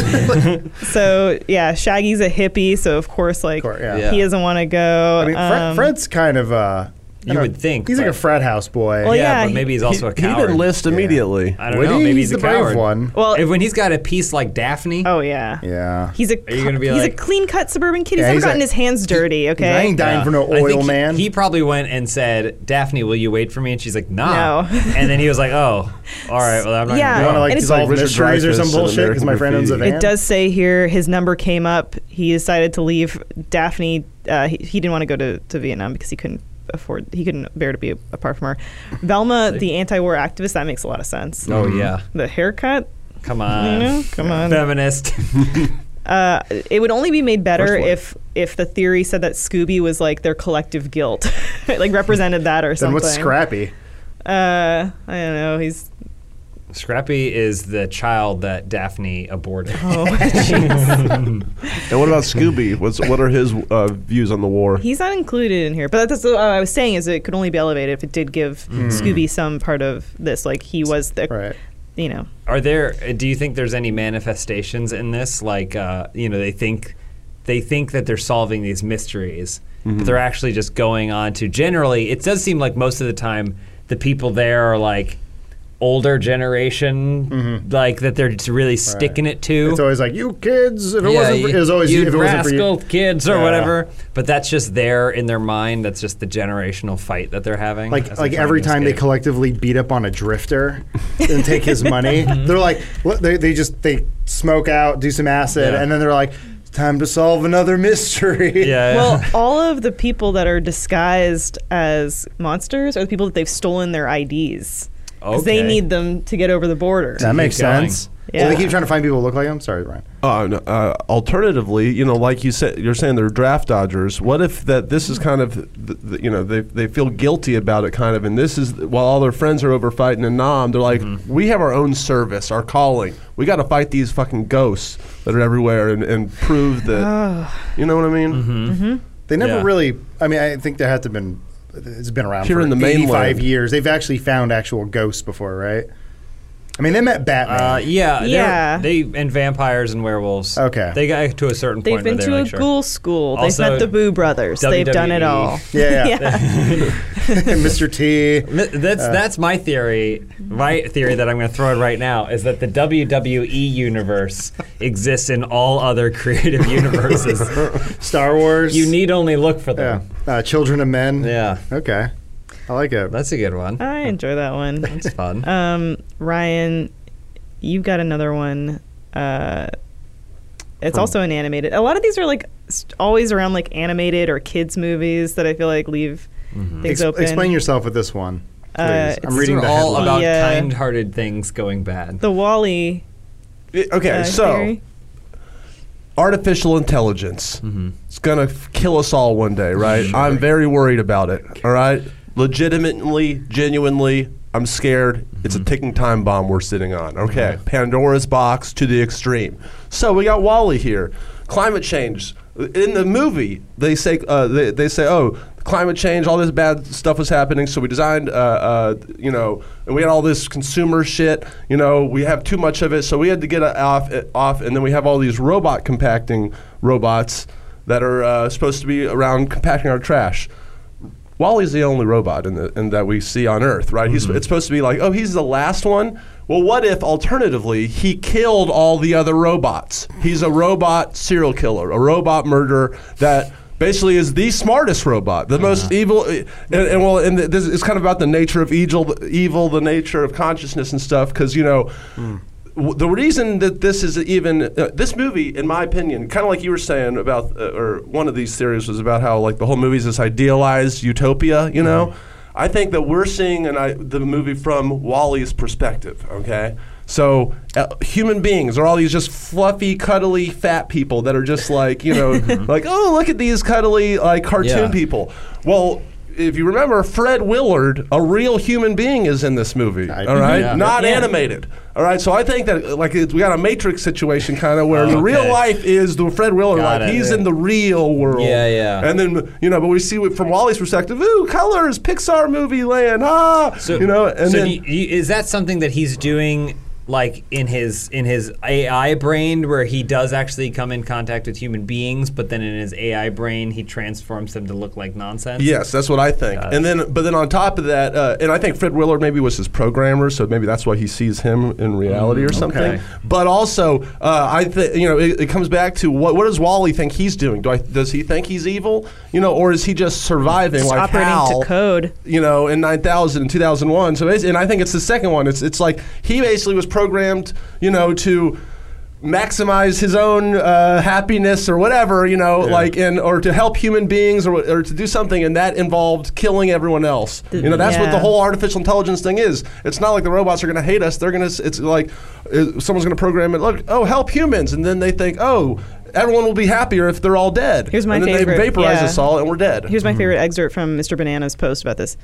A: so yeah, Shaggy's a hippie, so of course like
B: Of course, yeah.
A: he doesn't want to go.
B: I mean, Fred,
A: um,
B: Fred's kind of. Uh, I
C: You
B: don't
C: would
B: know,
C: think,
B: he's like a
C: but-
B: frat house boy.
A: Well, yeah,
C: yeah, but
A: he-
C: maybe he's also a
E: he
C: coward.
E: didn't list immediately.
C: I don't
B: Would
C: know.
B: he?
C: Maybe
B: He's
C: he's,
B: the
C: a
B: brave
C: coward.
B: one.
A: Well-
C: if, when he's got a piece like Daphne,
A: Oh yeah.
B: yeah.
A: He's a
C: Are you gonna be
A: he's a
C: like-
A: clean cut suburban kid. He's
B: Yeah,
A: never
B: he's
A: gotten
B: a-
A: his hands dirty. Okay.
B: I ain't dying for no
C: I think
B: oil,
C: he-
B: man.
C: He, probably went and said, "Daphne, will you wait for me?" And she's like, "Nah."
A: No.
C: and then he was like, "Oh, all right. Well, I'm not."
A: Yeah.
B: you want to
C: Gonna go.
A: And
B: like
A: it's-
B: dissolve
E: Like Richard
B: mysteries or
E: Dreyfuss
B: some
E: in
B: bullshit because my
E: American
B: friend owns a
E: Graffiti.
B: van.
A: It does say here his number came up. He decided to leave. Daphne, uh, he, he didn't want to go to, to Vietnam because he couldn't afford, he couldn't bear to be apart from her. Velma, the anti war activist, that makes a lot of sense.
C: Oh yeah.
A: The haircut,
C: Come on.
A: you know? Come on.
C: Feminist.
A: Uh, it would only be made better
E: First one.
A: if if the theory said that Scooby was like their collective guilt, like represented that or
B: Then
A: something.
B: what's Scrappy?
A: Uh, I don't know. He's
C: Scrappy is the child that Daphne aborted.
B: Oh.
E: And what about Scooby? What's what are his uh, views on the war?
A: he's not included in here. But that's what I was saying is it could only be elevated if it did give
C: Hmm.
A: Scooby some part of this. Like he was the,
B: Right.
A: you know,
C: Are there? uh, Do you think there's any manifestations in this? Like, uh, you know, they think they think that they're solving these mysteries,
B: Mm-hmm.
C: but they're actually just going on to. Generally, it does seem like most of the time the people there are like older generation, like that they're just really sticking it to.
B: Mm-hmm. It's always like you kids. If it
C: Yeah,
B: wasn't, for, it was always
C: you
B: if it wasn't for
C: rascal
B: you.
C: kids or
B: Yeah.
C: whatever. But that's just there in their mind. That's just the generational fight that they're having.
B: Like
C: as
B: like
C: they're
B: every
C: trying
B: time
C: to
B: they
C: escape.
B: collectively beat up on a drifter and take his money,
C: Mm-hmm.
B: they're like what- they they just they smoke out, do some acid,
C: Yeah.
B: and then they're like, it's time to solve another mystery.
C: yeah.
A: Well, all of the people that are disguised as monsters are the people that they've stolen their IDs. Because they
C: Okay.
A: need them to get over the border.
B: That makes
C: going.
B: sense.
A: Yeah.
B: So they keep trying to find people who look like him. Sorry, Ryan.
E: Uh, no, uh, alternatively, you know, like you said, you're saying they're draft dodgers. What if that this is kind of, th th you know, they, they feel guilty about it, kind of, and this is while all their friends are over fighting a nom, they're like, we have our own service, our calling. We got to fight these fucking ghosts that are everywhere and, and prove that, you know what I mean?
B: They never
C: Yeah.
B: really. I mean, I think there had to have been. It's been around
E: Here
B: for
E: in the
B: 85
E: mainland.
B: years. They've actually found actual ghosts before, right? I mean, they met Batman.
C: Uh, yeah, they're-
A: Yeah.
C: They and vampires and and werewolves.
B: Okay.
C: they got to a certain
A: They've
C: point.
A: been
C: where
A: to
C: they're
A: a
C: like, sure.
A: ghoul school. They've
C: Also, E.
A: met the Boo Brothers. They've done it
C: WWE.
A: all.
B: Yeah, yeah. Mr. T.
C: Mi- That's
B: Uh.
C: that's my theory. My theory that I'm going to throw in right now is that the WWE universe exists in all other creative universes.
B: Star Wars.
C: you need only look for
B: Yeah.
C: them.
B: Uh, Children of Men.
C: Yeah,
B: Okay. I like it.
C: that's a good one.
A: I enjoy that one.
C: That's fun.
A: Um, Ryan, you've got another one. Uh, it's also an animated. A lot of these are like st- always around like animated or kids movies that I feel like leave Things
E: Mm-hmm.
B: Ex-
A: open.
B: Explain yourself with this one. please.
A: Uh,
B: I'm
A: it's-
B: reading
F: These
B: the
F: are all
B: headline.
F: about
A: Yeah.
F: kind-hearted things going bad.
A: the Wally.
E: I- okay,
A: uh,
E: so
A: theory.
E: artificial intelligence. It's going to f- kill us all one day, right? I'm very worried about it. All right? Legitimately, genuinely, I'm scared. It's a ticking time bomb we're sitting on. Okay. Pandora's box to the extreme. So we got Wally here. Climate change. In the movie, they say uh, they, they say, "Oh, climate change, all this bad stuff was happening, so we designed uh, uh, you know, and we had all this consumer shit, you know, we have too much of it, so we had to get it off it off and then we have all these robot compacting robots that are uh, supposed to be around compacting our trash. Wally's the only robot in, the, in that we see on Earth, right? He's, it's supposed to be like, oh, he's the last one. Well, what if alternatively he killed all the other robots? He's a robot serial killer, a robot murderer that basically is the smartest robot, the most evil. And, and well, and this is kind of about the nature of evil, evil, the nature of consciousness and stuff, because you know. W- the reason that this is even uh, this movie, in my opinion, kind of like you were saying about, uh, or one of these theories was about how like the whole movie's this idealized utopia, you know. I think that we're seeing an, I, the movie from Wally's perspective. Okay, so uh, human beings are all these just fluffy, cuddly, fat people that are just like you know, like oh look at these cuddly like cartoon
F: Yeah.
E: people. Well. If you remember, Fred Willard, a real human being, is in this movie.
B: I-
E: all right,
F: Yeah.
E: not
F: Yeah.
E: animated. All right, so I think that uh, like it's, we got a Matrix situation kind of where the
F: Okay.
E: real life is the Fred Willard
F: Got
E: life.
F: it.
E: He's in the real world.
F: Yeah, yeah.
E: And then you know, but we see it from Wally's perspective, ooh, colors, Pixar movie land, ah, you know, and
F: so
E: then.
F: do you- you- is that something that he's doing? Like in his in his AI brain, where he does actually come in contact with human beings, but then in his AI brain, he transforms them to look like nonsense.
E: Yes, that's what I think.
F: Got it.
E: And then, but then on top of that, uh, and I think Fred Willard maybe was his programmer, so maybe that's why he sees him in reality or something.
F: okay.
E: But also, uh, I think you know it, it comes back to what what does Wally think he's doing? Do I, does he think he's evil? You know, or is he just surviving
A: Just
E: like
A: operating
E: Hal,
A: to code.
E: You know, in 9000 and 2001. So, basi- and I think it's the second one. It's it's like he basically was programmed, you know, to maximize his own uh, happiness or whatever, you know, like in or to help human beings or, wha- or to do something, and that involved killing everyone else. you know, that's what the
A: yeah.
E: whole artificial intelligence thing is. It's not like the robots are going to hate us. They're going to. It's like uh, someone's going to program it. Look, oh, help humans, and then they think, oh. Everyone will be happier if they're all dead.
A: Here's my
E: and then
A: favorite,
E: they vaporize
A: yeah.
E: us all, and we're dead.
A: Here's my
F: Mm-hmm.
A: favorite excerpt from Mr. Banana's post about this.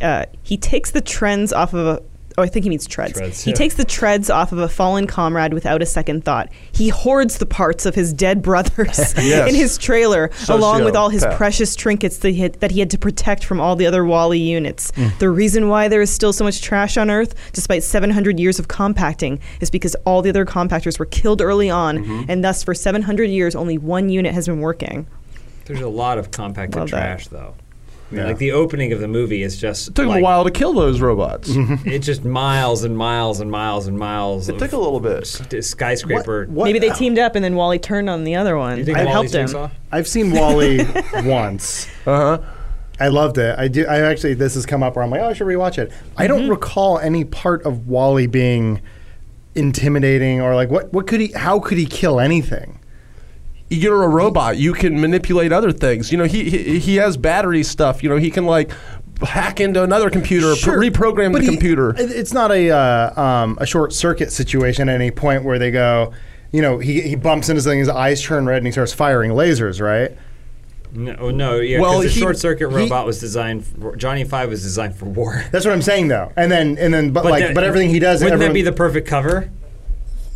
A: Uh, he takes the trends off of a. Oh, I think he means treads.
F: Treads,
A: he
F: yeah.
A: takes the treads off of a fallen comrade without a second thought. He hoards the parts of his dead brothers
E: Yes.
A: in his trailer, along with all his
E: Sociopath.
A: precious trinkets that he, had, that he had to protect from all the other Wally units.
F: Mm.
A: The reason why there is still so much trash on Earth, despite 700 years of compacting, is because all the other compactors were killed early on,
F: Mm-hmm.
A: and thus for 700 years, only one unit has been working.
F: There's a lot of compacted
A: Love that.
F: trash, though. I mean,
B: Yeah.
F: Like the opening of the movie is just
E: It took them
F: like,
E: a while to kill those robots. it
F: It's just miles and miles and miles and miles. of
E: took a little bit.
F: s- skyscraper.
B: What-
A: Maybe they teamed up and then Wally turned on the other one.
F: You think
A: That
F: Wall-E
A: helped him.
F: takes off?
B: I've seen Wally once.
E: Uh huh.
B: I loved it. I do. I actually, this has come up where I'm like, oh, I should rewatch it. I
A: Mm-hmm.
B: don't recall any part of Wally being intimidating or like what? What could he? How could he kill anything?
E: you're a robot. You can manipulate other things. You know, he he, he has battery stuff. You know, he can like hack into another computer,
B: Sure,
E: pr- reprogram
B: but
E: the
B: he-
E: computer.
B: it- It's not a uh, um, a short circuit situation at any point where they go, you know, he he bumps into something, his eyes turn red, and he starts firing lasers. Right?
F: No, no, yeah.
E: Well,
F: Well, the
E: he-
F: short circuit
B: he-
F: robot was designed. For, Johnny Five was designed for war.
B: That's what I'm saying though. And then and then, but, like,
F: that-
B: but everything he does,
F: wouldn't
B: everyone,
F: that be the perfect cover?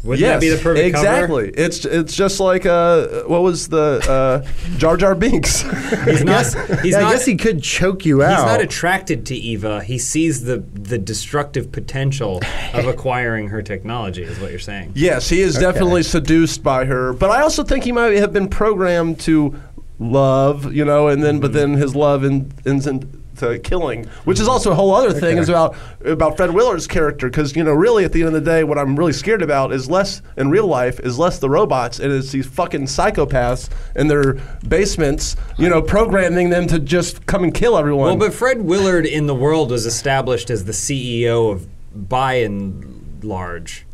F: Wouldn't
E: yes,
F: that be the perfect cover?
E: exactly. It's it's just like uh, what was the uh, Jar Jar Binks?
F: He's not. He's
B: yeah,
F: not.
B: I guess he could choke you out.
F: He's not attracted to Eva. He sees the the destructive potential of acquiring her technology. Is what you're saying?
E: yes, he is definitely seduced by her. But I also think he might have been programmed to love, you know, and then but
F: Mm-hmm.
E: then his love in, ends in to killing, which is also a whole other thing. Is about about Fred Willard's character because you know really at the end of the day, what I'm really scared about is less in real life is less the robots and it's these fucking psychopaths in their basements, you know, programming them to just come and kill
F: Well,
E: everyone.
F: but Fred Willard in the world was established as the CEO of by and large,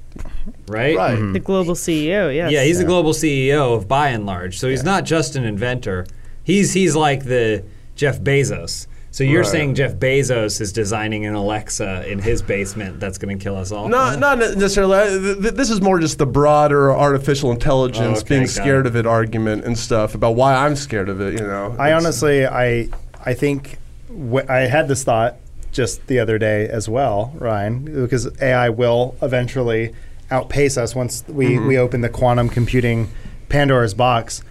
F: right?
E: right.
A: The global CEO, yes.
F: Yeah, he's the global CEO of by and large. So he's not just an inventor. He's he's like the Jeff Bezos. So you're
E: Right.
F: saying Jeff Bezos is designing an Alexa in his basement that's going to kill us all?
E: Not, not necessarily. I- th- th- This is more just the broader artificial intelligence
F: Oh, okay,
E: being
F: got
E: scared
F: it.
E: of it argument and stuff about why I'm scared of it. You know,
B: I
E: It's-
B: honestly, I, I think wh- I had this thought just the other day as well, Ryan, because AI will eventually outpace us once we, we open the quantum computing Pandora's box.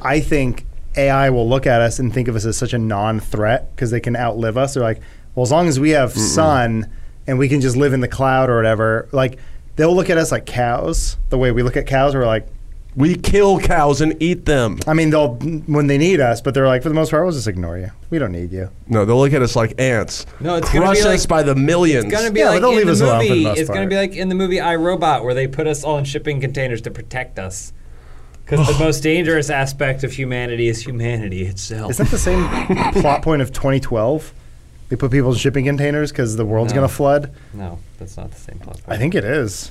B: I think AI will look at us and think of us as such a non-threat because they can outlive us. They're like, well, as long as we have sun and we can just live in the cloud or whatever, like they'll look at us like cows. The way we look at cows, we're like,
E: we kill cows and eat them.
B: I mean, they'll when they need us, but they're like, for the most part, we'll just ignore you. We don't need you.
E: No, they'll look at us like ants.
F: No, it's gonna
E: crush
F: be
E: us
F: like-
E: by the millions.
F: It's gonna be
B: Yeah, but
F: like
B: they'll
F: in
B: leave
F: the
B: us alone for the
F: movie.
B: most
F: It's gonna
B: part.
F: be like in the movie iRobot, where they put us all in shipping containers to protect us. Because the most dangerous aspect of humanity is humanity itself.
B: Is that the same plot point of 2012? They put people in shipping containers because the world's
F: No.
B: going to flood.
F: no, that's not the same plot.
B: I think it is.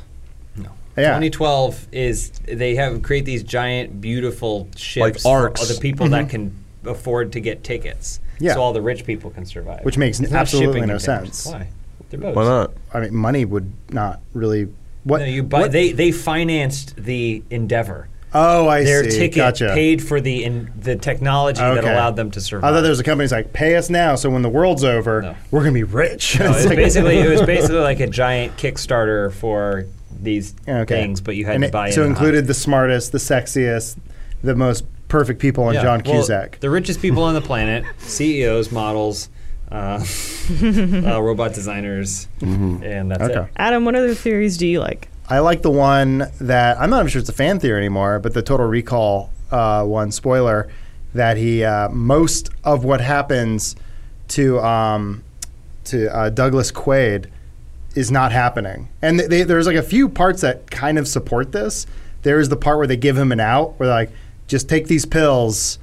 F: No.
B: Yeah.
F: 2012 is they have create these giant, beautiful ships
E: arcs.
F: of the people that can afford to get tickets.
B: Mm-hmm. Yeah.
F: So all the rich people can survive.
B: Which makes
F: It's not
B: absolutely
F: shipping
B: no
F: containers.
B: sense.
F: Why? They're boats.
E: Why not?
B: I mean, money would not really. What?
F: No, you buy,
B: what-
F: they they financed the endeavor.
B: oh, I
F: Their
B: see.
F: ticket
B: gotcha.
F: paid for the in, the technology that
B: Okay.
F: allowed them to
B: I
F: survive.
B: thought there was a company that's like, pay us now, so when the world's over,
F: No.
B: we're going to be rich.
F: No, it
B: It's
F: was
B: like-
F: basically it was basically like a giant Kickstarter for these things, but you had
B: And
F: to
B: it-
F: buy
B: So
F: in.
B: included the smartest, the sexiest, the most perfect people on
F: Yeah.
B: John
F: Well,
B: Cusack.
F: the richest people on the planet, CEOs, models, uh, uh, robot designers, and
B: Mm-hmm.
F: that's
B: Okay.
F: it.
A: Adam, what other theories do you like?
B: I like the one that I'm not even sure it's a fan theory anymore, but the Total Recall uh, one spoiler that he uh, most of what happens to um, to uh, Douglas Quaid is not happening, and th- they, there's like a few parts that kind of support this. There's the part where they give him an out, where they're like, just take these pills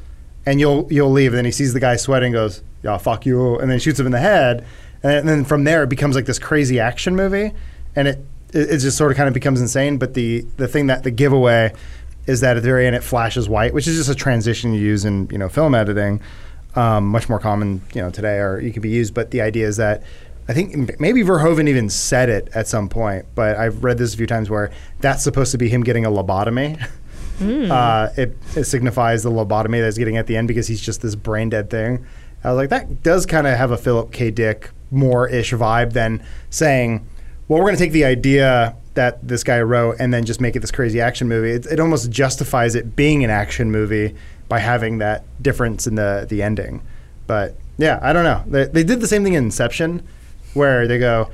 B: and you'll you'll leave. And then he sees the guy sweating, goes, "Yeah, fuck you," and then shoots him in the head. And then from there, it becomes like this crazy action movie, and it it, it just sort of kind of becomes insane. But the the thing that the giveaway is that at the very end it flashes white, which is just a transition you use in you know film editing, um, much more common you know today, or it could be used. But the idea is that. I think m- maybe Verhoeven even said it at some point, but I've read this a few times where that's supposed to be him getting a lobotomy. Uh, it, it signifies the lobotomy that's getting at the end because he's just this brain dead thing. I was like, that does kind of have a Philip K. Dick more ish vibe than saying, well, we're going to take the idea that this guy wrote and then just make it this crazy action movie. It, it almost justifies it being an action movie by having that difference in the, the ending. But yeah, I don't know. They, they did the same thing in Inception where they go,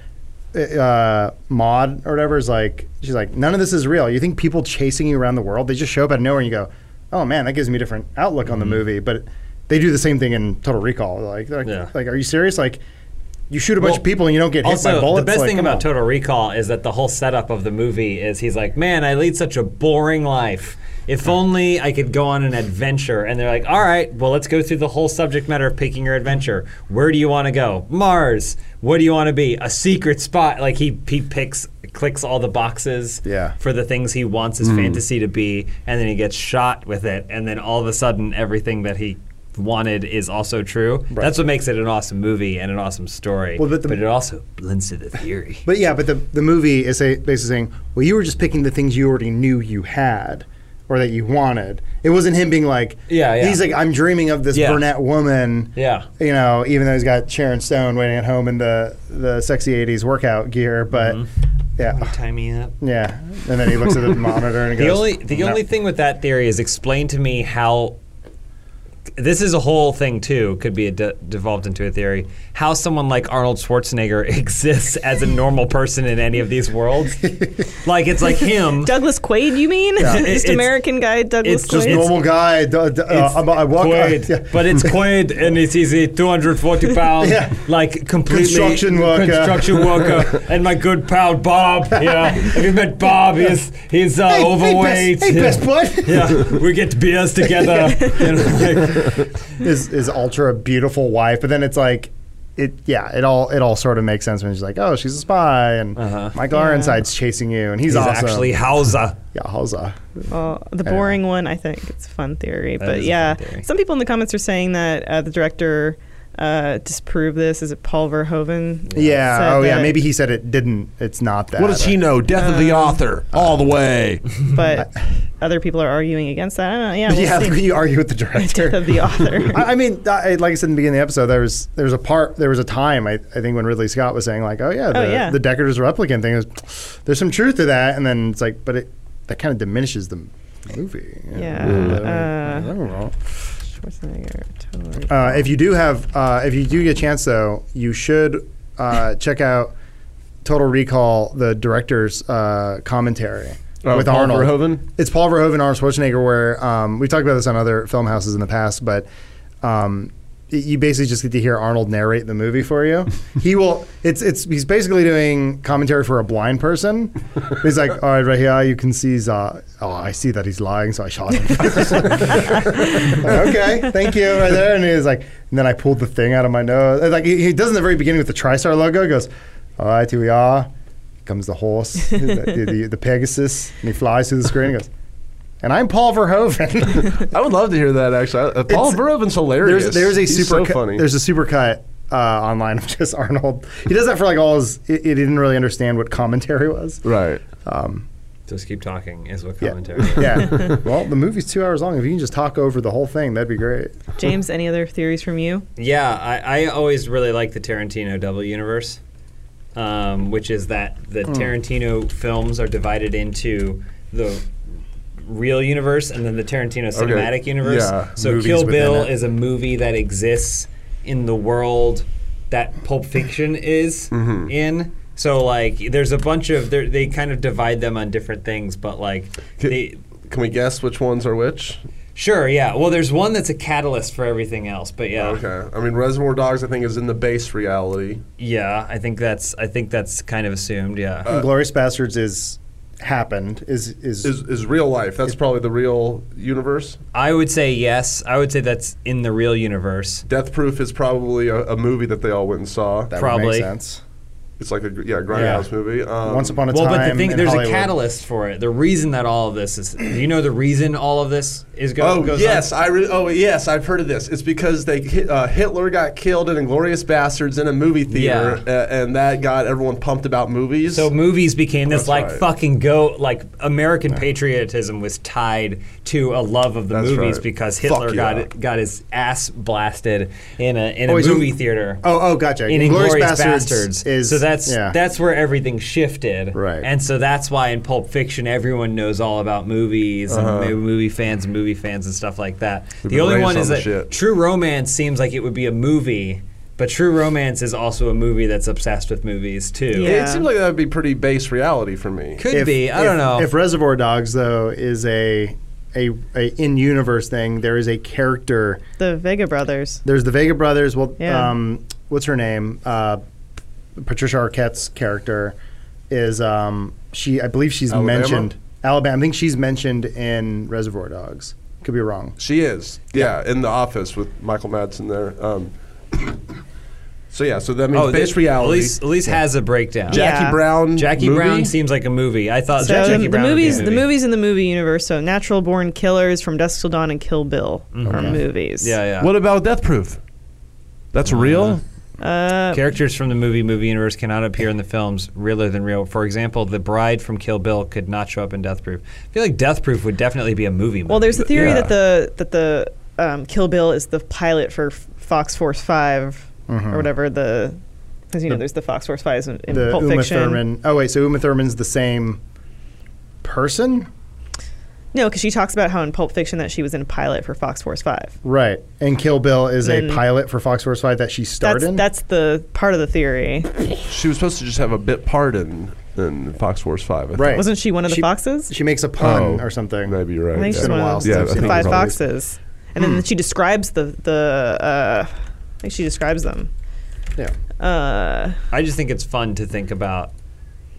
B: uh, Maud or whatever is like, she's like, none of this is real. You think people chasing you around the world, they just show up out of nowhere and you go, oh man, that gives me a different outlook
F: Mm-hmm.
B: on the movie. But they do the same thing in Total Recall. Like, they're like,
F: Yeah.
B: like, are you serious? Like, you shoot a bunch
F: Well,
B: of people and you don't get hit by
F: Also,
B: bullets.
F: the best
B: Like,
F: thing
B: come
F: about
B: on.
F: Total Recall is that the whole setup of the movie is he's like, "Man, I lead such a boring life. If
B: Mm.
F: only I could go on an adventure." And they're like, "All right, well, let's go through the whole subject matter of picking your adventure. Where do you want to go? Mars. What do you want to be? A secret spot." Like he he picks clicks all the boxes
B: Yeah.
F: for the things he wants
B: Hmm.
F: his fantasy to be, and then he gets shot with it, and then all of a sudden everything that he wanted is also true. That's what makes it an awesome movie and an awesome story.
B: Well, but the-
F: but it also blends to the theory.
B: But yeah, but the, the movie is say, basically saying, well, you were just picking the things you already knew you had or that you wanted. It wasn't him being like,
F: Yeah, yeah.
B: he's like, I'm dreaming of this
F: Yeah.
B: brunette woman.
F: Yeah.
B: You know, even though he's got Sharon Stone waiting at home in the, the sexy 80s workout gear. But
F: Mm-hmm.
B: yeah.
F: Tie me up.
B: Yeah. And then he looks at the monitor and he
F: The
B: goes,
F: only the
B: "No."
F: only thing with that theory is explain to me how this is a whole thing too could be a de- devolved into a theory how someone like Arnold Schwarzenegger exists as a normal person in any of these worlds. like it's like him.
A: Douglas Quaid, you mean? Just
F: It's-
A: American guy, Douglas
F: it's
B: Just
A: Quaid.
B: normal guy. duh, duh, uh,
F: It's
B: I'm- I walk. I,
F: Quaid,
B: yeah.
F: but it's Quaid and it's easy 240 pound
B: Yeah.
F: like completely
B: Construction worker.
F: construction worker and my good pal Bob yeah have you met Bob he's he's uh,
B: Hey, hey,
F: overweight
B: best- hey,
F: Yeah.
B: best bud.
F: yeah we get beers together you know, like,
B: is is ultra beautiful wife, but then it's like it yeah, it all it all sort of makes sense when she's like, Oh, she's a spy and
F: Uh-huh.
B: Michael Ironside's chasing you and he's,
F: he's
B: awesome.
F: actually Hauser
B: Yeah, uh, Halza.
A: Oh, the
B: don't know.
A: boring one, I think it's a fun theory, but
F: is a
A: yeah,
F: fun theory.
A: some people in the comments are saying that uh, the director uh, disprove this? Is it Paul Verhoeven?
B: Yeah.
A: said
B: oh, yeah.
A: that?
B: Maybe he said it didn't. It's not that.
E: What does he know? Death of the author, all the way.
A: But other people are arguing against that. I don't know. Yeah, we'll
B: yeah,
A: see.
B: you argue with the director.
A: Death of the author.
B: I, I mean, I, like I said in the beginning of the episode, there was there was a part, there was a time I, I think when Ridley Scott was saying like, oh yeah, the,
A: yeah.
B: the Deckard's replicant thing is, there's some truth to that, and then it's like, but it that kind of diminishes the movie. you know?
A: Yeah,
B: Uh,
A: uh,
B: I don't know.
A: Schwarzenegger. Totally.
B: Uh, if you do have, uh, if you do get a chance though, you should uh, check out Total Recall, the director's uh, commentary
E: Oh,
B: with
E: Paul
B: Arnold.
E: Verhoeven?
B: It's Paul Verhoeven, Arnold Schwarzenegger. Where um, we've talked about this on other film houses in the past, but um, y- you basically just get to hear Arnold narrate the movie for you. he will. It's it's. He's basically doing commentary for a blind person. he's like, all right, right here, you can see. He's, uh, oh, I see that he's lying, so I shot him. okay, thank you, right there. And he was like, and then I pulled the thing out of my nose. And, Like he, he does in the very beginning with the TriStar logo. He goes, all right, here we are. Comes the horse, the, the, the, the Pegasus, and he flies through the screen. and goes, and I'm Paul Verhoeven.
E: I would love to hear that. Actually, Uh, Paul
B: It's-
E: Verhoeven's
B: there's
E: hilarious.
B: there's a
E: He's
B: super
E: so
B: cut-
E: funny.
B: there's a super cut. Uh, online of just Arnold. He does that for like all his. He, he didn't really understand what commentary was.
E: right.
B: Um,
F: Just keep talking is what
B: yeah.
F: commentary.
B: yeah. Well, the movie's two hours long. If you can just talk over the whole thing, that'd be great.
A: James, any other theories from you?
F: Yeah, I, I always really like the Tarantino double universe, um, which is that the
B: Hmm.
F: Tarantino films are divided into the real universe and then the Tarantino cinematic universe.
E: yeah,
F: so
B: movies
F: Kill
B: within
F: Bill
B: it.
F: is a movie that exists in the world that Pulp Fiction is
B: Mm-hmm.
F: in. So like, there's a bunch of there- they kind of divide them on different things, but like
E: Ki-
F: they.
E: Can we guess which ones are which?
F: Sure, yeah. Well, there's one that's a catalyst for everything else, but yeah.
E: Okay. I mean, Reservoir Dogs, I think, is in the base reality.
F: Yeah, I think that's I think that's kind of assumed. Yeah,
B: Glorious Bastards is happened. Is is,
E: Is, is real life. That's probably the real universe.
F: I would say yes. I would say that's in the real universe.
E: Death Proof is probably a, a movie that they all went and saw.
B: that would
F: probably.
B: make sense?
E: It's like a gr- yeah grindhouse movie. Um,
B: Once upon a
F: Well,
B: time.
F: but the thing
B: in
F: there's
B: Hollywood.
F: a catalyst for it. The reason that all of this is, do you know the reason all of this is
E: Oh
F: going? goes
E: yes,
F: on?
E: I re- oh yes, I've heard of this. It's because they hit, uh, Hitler got killed in Inglorious Bastards in a movie theater, uh, and that got everyone pumped about movies.
F: So movies became this
E: That's
F: like
E: right.
F: fucking go like American patriotism was tied to a love of the
E: That's
F: movies
E: right.
F: because
E: Fuck
F: Hitler got
E: yeah.
F: it got his ass blasted in a in a
B: Oh, wait, so-
F: movie theater.
B: Oh, oh, gotcha.
F: in
B: Inglourious
F: Inglorious
B: Bastards
F: Bastards,
B: is-
F: so that's
B: yeah.
F: that's where everything shifted,
B: Right.
F: And so that's why in Pulp Fiction everyone knows all about movies and maybe movie fans and movie fans and stuff like that. the
E: Uh-huh. been
F: only
E: raised
F: one
E: on
F: is
E: the
F: that
E: shit.
F: True Romance seems like it would be a movie, but True Romance is also a movie that's obsessed with movies too.
A: Yeah.
E: it seems like that would be pretty base reality for me.
F: Could be. I don't know.
B: If Reservoir Dogs though is a a, a in universe thing, there is a character.
A: The Vega brothers.
B: There's the Vega brothers. Well,
A: Yeah.
B: um, what's her name? Uh, Patricia Arquette's character is um, she. I believe she's
E: Alabama?
B: mentioned Alabama. I think she's mentioned in Reservoir Dogs. Could be wrong.
E: She is, yeah, in the office with Michael Madsen there. Um, so yeah, so that means base
F: Oh, the-
E: reality.
F: Elise, Elise has a breakdown.
E: Jackie
A: Yeah.
E: Brown.
F: Jackie
E: movie?
F: Brown seems like a movie. I thought
A: So
F: Uh, Jackie
A: the, the
F: Brown would be a
A: movies, the
F: movie.
A: movies in the movie universe. So Natural Born Killers, From Dusk Till Dawn, and Kill Bill are movies.
F: Yeah, yeah.
E: What about Death Proof? That's real.
A: Uh,
F: Characters from the movie movie universe cannot appear in the films realer than real. For example, the bride from Kill Bill could not show up in Death Proof. I feel like Death Proof would definitely be a movie.
A: well, there's the theory
E: Yeah.
A: that the that the um, Kill Bill is the pilot for F- Fox Force 5 or whatever the. Because you know, there's the Fox Force Five in, in
B: The
A: Pulp
B: Uma
A: Fiction.
B: Thurman. Oh wait, so Uma Thurman's the same person,
A: No, because she talks about how in Pulp Fiction that she was in a pilot for Fox Force Five.
B: right? And Kill Bill is a
A: Then-
B: pilot for Fox Force Five that she starred
A: Mm. That's
B: in.
A: that's the part of the theory.
E: She was supposed to just have a bit part in, in Fox Force Five. I think.
B: right.
A: Wasn't she one of the foxes?
B: She makes a pun
E: Oh,
B: or something.
E: Maybe you're right.
A: I think
E: yeah.
A: she's
B: been a
A: one
B: while
A: of the,
B: since I've
E: Yeah, I
A: the
E: think
B: seen
A: five
E: it was-
A: foxes, and then she describes the the. Uh, I think she describes them.
B: Yeah.
A: Uh,
F: I just think it's fun to think about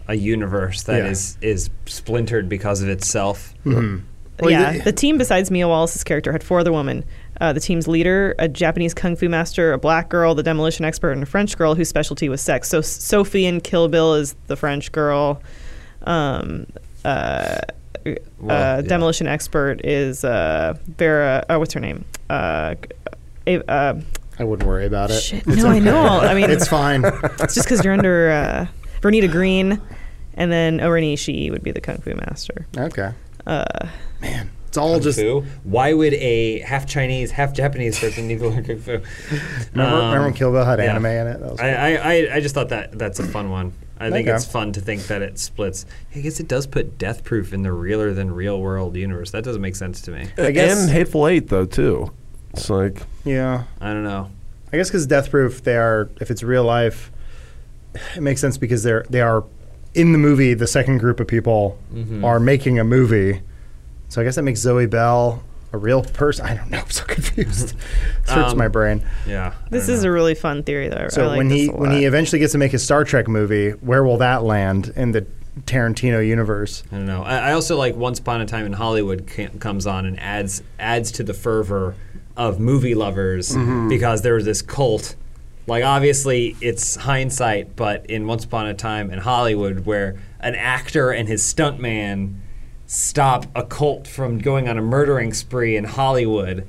F: a universe that
B: Yeah.
F: is is splintered because of itself.
B: Well,
A: yeah,
B: you-
A: the team besides Mia Wallace's character had four other women. Uh, the team's leader, a Japanese kung fu master, a black girl, the demolition expert, and a French girl whose specialty was sex. So S- Sophie in Kill Bill is the French girl. Um, uh,
F: Well,
A: uh,
F: yeah.
A: Demolition expert is uh, Vera. Oh, what's her name? Uh, Ava, uh,
B: I wouldn't worry about it.
A: Shit.
B: It's
A: No, I know. I mean-
B: it's fine.
A: It's just because you're under uh, Vernita Green, and then Oren Ishii would be the Kung Fu Master.
B: Okay.
A: Uh,
B: Man, it's all just.
C: Fu. Why would a half Chinese, half Japanese person need to learn kung fu?
B: Remember,
C: Um,
B: remember when Kill Bill had
C: yeah.
B: anime in it? That was
C: I, I, I, I just thought that that's a fun one. I think
B: Okay.
C: it's fun to think that it splits. I guess it does put death proof in the realer than real world universe. That doesn't make sense to me.
B: I guess-
E: and Hateful Eight though too. It's like
B: yeah.
C: I don't know.
B: I guess because Death Proof, they are if it's real life, it makes sense because they're they are in the movie. The second group of people are making a movie, so I guess that makes Zoe Bell a real person. I don't know. I'm so confused. it hurts
C: Um,
B: my brain.
C: Yeah. I
A: This
C: don't
A: is
C: know.
A: a really fun theory, though. I-
B: So
A: I like
B: when
A: this
B: he
A: a
B: when he
A: lot.
B: eventually gets to make his Star Trek movie, where will that land in the Tarantino universe?
C: I don't know. I, I also like Once Upon a Time in Hollywood ca- comes on and adds adds to the fervor of movie lovers
E: Mm-hmm.
C: because there was this cult. Like obviously it's hindsight, but in Once Upon a Time in Hollywood, where an actor and his stuntman stop a cult from going on a murdering spree in Hollywood.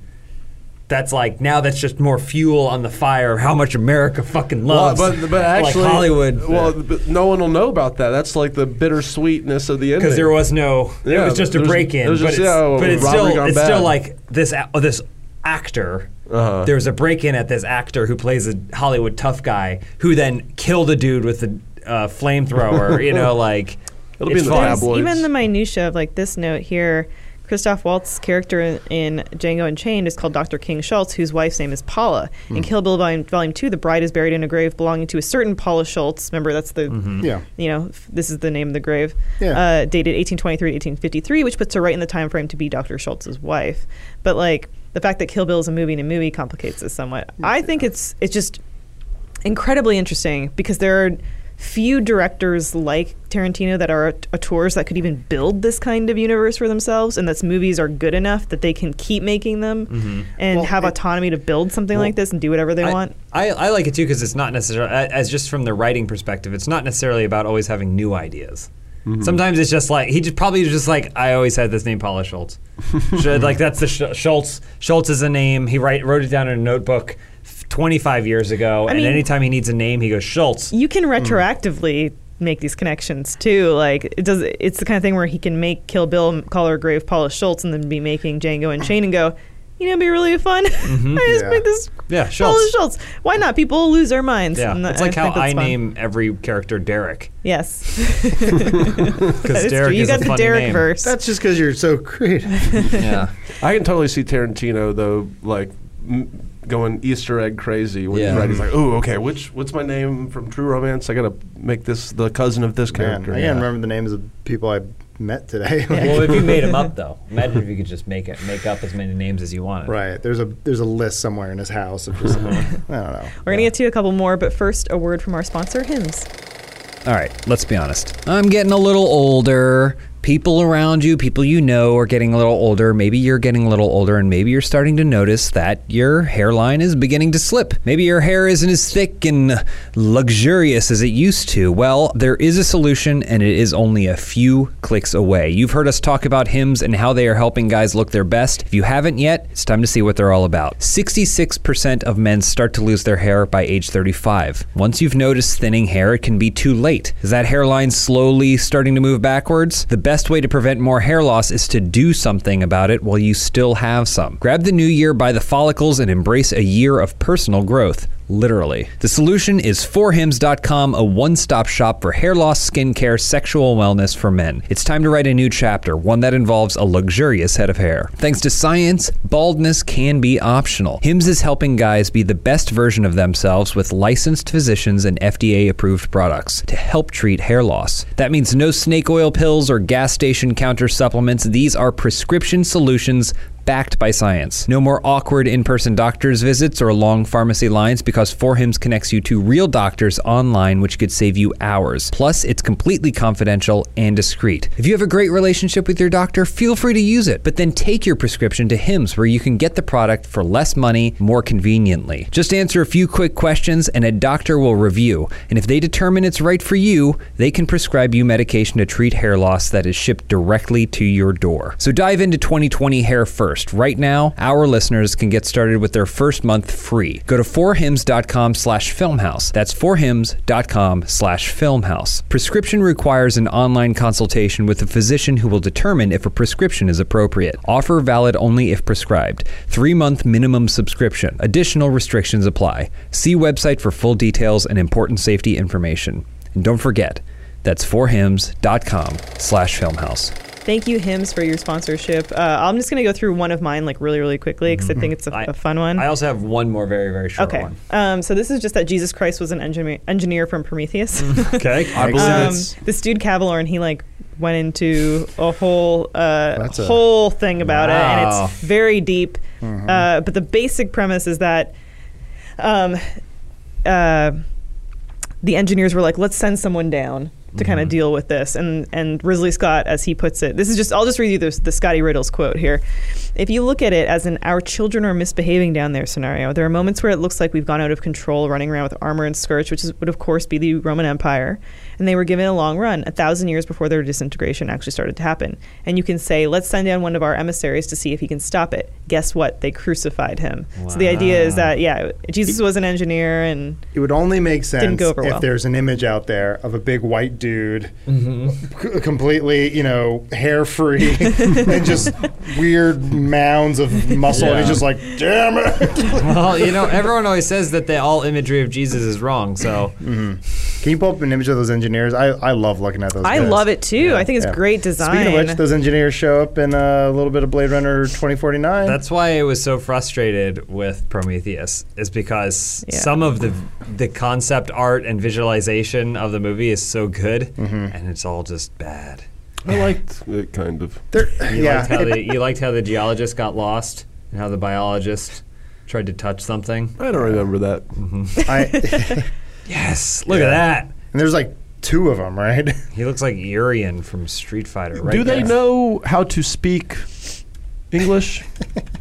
C: That's like now that's just more fuel on the fire of how much America fucking
E: Well,
C: loves
E: but, but actually,
C: like Hollywood.
E: Well, but no one will know about that. That's like the bittersweetness of the ending.
C: because there was no. it
E: Yeah,
C: was just a
E: there was-
C: break in,
E: there
C: but
E: was
C: it's,
E: just, yeah, oh,
C: but it's
E: Robert
C: still
E: gone
C: it's still
E: bad.
C: like this a- oh, this actor.
E: Uh-huh.
C: There was a break in at this actor who plays a Hollywood tough guy who then killed a dude with a uh, flamethrower. you know, like
E: It'll be
C: it's
E: in the
C: fun.
E: tabloid. tabloids.
A: Even the minutia of like this note here, Christoph Waltz's character in, in Django Unchained is called Dr. King Schultz, whose wife's name is Paula.
B: Hmm.
A: In Kill Bill Volume, Volume Two, the bride is buried in a grave belonging to a certain Paula Schultz. Remember, that's the
B: Yeah.
A: you know f- this is the name of the grave.
B: Yeah.
A: Uh, dated 1823 to 1853, which puts her right in the time frame to be Dr. Schultz's wife. But like the fact that Kill Bill is a movie and a movie complicates this somewhat. I think it's it's just incredibly interesting because there are few directors like Tarantino that are auteurs that could even build this kind of universe for themselves, and that movies are good enough that they can keep making them and
B: Well,
A: have
B: it-
A: autonomy to build something like this and do whatever they want.
C: I, I like it too because it's not necessarily as just from the writing perspective. It's not necessarily about always having new ideas.
A: Mm-hmm.
C: Sometimes it's just like he just probably was just like I always had this name Paula Schultz. Should- like that's the Sch- Schultz. Schultz is a name he write, wrote it down in a notebook. f- 25 years ago, and
A: mean-
C: anytime he needs a name, he goes Schultz.
A: you can retroactively make these connections too. Like it does. It's the kind of thing where he can make Kill Bill m- call her grave Paula Schultz, and then be making Django and Chain and go. You know, it'd be really fun. I just
B: Yeah.
A: made this.
C: Mm-hmm. Yeah,
A: Paula
C: Schultz.
A: Schultz. Why not? People lose their minds.
C: Yeah,
A: And
C: it's
A: I
C: like how
A: think that's
C: I
A: fun.
C: name every character Derek
A: Yes, that
C: because
A: is
C: Derek
A: true. You
C: is
A: got
C: a
A: the
C: funny
A: Derek
C: name.
A: verse.
B: That's just because you're so creative.
C: Yeah,
E: I can totally see Tarantino though, like m- going Easter egg crazy when
C: Yeah.
E: he's writing. He's like, "Oh, okay, which what's my name from True Romance? I gotta make this the cousin of this
B: Man, I
E: character."
B: can't remember the names of people I met today.
C: well, if you made him up though, imagine if you could just make it make up as many names as you wanted.
B: Right. There's a there's a list somewhere in his house. Of just, I don't know.
A: We're gonna get to a couple more, but first, a word from our sponsor, Hims.
C: All right, let's be honest. I'm getting a little older. People around you, people you know, are getting a little older. Maybe you're getting a little older, and maybe you're starting to notice that your hairline is beginning to slip. Maybe your hair isn't as thick and luxurious as it used to. Well, there is a solution, and it is only a few clicks away. You've heard us talk about Hims and how they are helping guys look their best. If you haven't yet, it's time to see what they're all about. 66% of men start to lose their hair by age 35. Once you've noticed thinning hair, it can be too late. Is that hairline slowly starting to move backwards? The best way to prevent more hair loss is to do something about it while you still have some. Grab the new year by the follicles and embrace a year of personal growth. Literally. The solution is forhims.com, a one stop shop for hair loss, skincare, sexual wellness for men. It's time to write a new chapter, one that involves a luxurious head of hair. Thanks to science, baldness can be optional. Hims is helping guys be the best version of themselves with licensed physicians and FDA approved products to help treat hair loss. That means no snake oil pills or gas station counter supplements. These are prescription solutions backed by science. No more awkward in-person doctor's visits or long pharmacy lines because 4hims connects you to real doctors online which could save you hours. Plus, it's completely confidential and discreet. If you have a great relationship with your doctor, feel free to use it, but then take your prescription to Hims where you can get the product for less money, more conveniently. Just answer a few quick questions and a doctor will review, and if they determine it's right for you, they can prescribe you medication to treat hair loss that is shipped directly to your door. So dive into 2020 hair first 1st. Right now, our listeners can get started with their first month free. Go to 4hims.com slash filmhouse. That's 4hims.com slash filmhouse. Prescription requires an online consultation with a physician who will determine if a prescription is appropriate. Offer valid only if prescribed. Three-month minimum subscription. Additional restrictions apply. See website for full details and important safety information. And don't forget, that's 4hims.com slash filmhouse.
A: Thank you, Hims, for your sponsorship. Uh, I'm just going to go through one of mine like really, really quickly because I think it's a, a fun one.
C: Mm-hmm. I also have one more very, very short
A: okay.
C: one.
A: Um, so this is just that Jesus Christ was an engineer, engineer from Prometheus.
C: Okay. I
B: Makes
C: believe
A: um,
C: it's
A: this dude Cavalorn, he like went into a whole uh,
B: That's a-
A: whole thing about it,
C: Wow. Mm-hmm.
A: and it's very deep. Uh, but the basic premise is that um, uh, the engineers were like, "Let's send someone down." To kind of deal with this, and and Risley Scott, as he puts it, this is just I'll just read you the, the Scotty Riddles quote here. If you look at it as an "our children are misbehaving down there" scenario, there are moments where it looks like we've gone out of control, running around with armor and scourge, which is, would of course be the Roman Empire, and they were given a long run, a thousand years before their disintegration actually started to happen. And you can say, "Let's send down one of our emissaries to see if he can stop it." Guess what? They crucified him. So the idea is that yeah, Jesus was an engineer and.
B: It would only make sense
A: go over
B: if
A: well.
B: there's an image out there of a big white dude,
A: Mm-hmm.
B: c- completely, you know, hair free, and just weird mounds of muscle. And he's
C: Yeah.
B: just like, damn it.
C: well, you know, everyone always says that they, all imagery of Jesus is wrong. So
E: Mm-hmm.
B: Can you pull up an image of those engineers? I, I love looking at those.
A: I
B: guys.
A: love it too. I think it's
B: Yeah.
A: great design.
B: Speaking of which, those engineers show up in uh, a little bit of Blade Runner 2049.
C: that's why I was so frustrated with Prometheus, is because
A: Yeah.
C: some of the the concept art and visualization of the movie is so good,
F: Mm-hmm.
C: and it's all just bad.
E: I liked it kind of.
B: They're-
C: You liked how
B: yeah.
C: the, you liked how the geologist got lost and how the biologist tried to touch something.
E: I don't remember that.
B: I,
C: Yes, look
B: Yeah.
C: at that.
B: and there's like two of them, right?
C: He looks like Urian from Street Fighter. Right
E: Do they
C: there.
E: know how to speak English?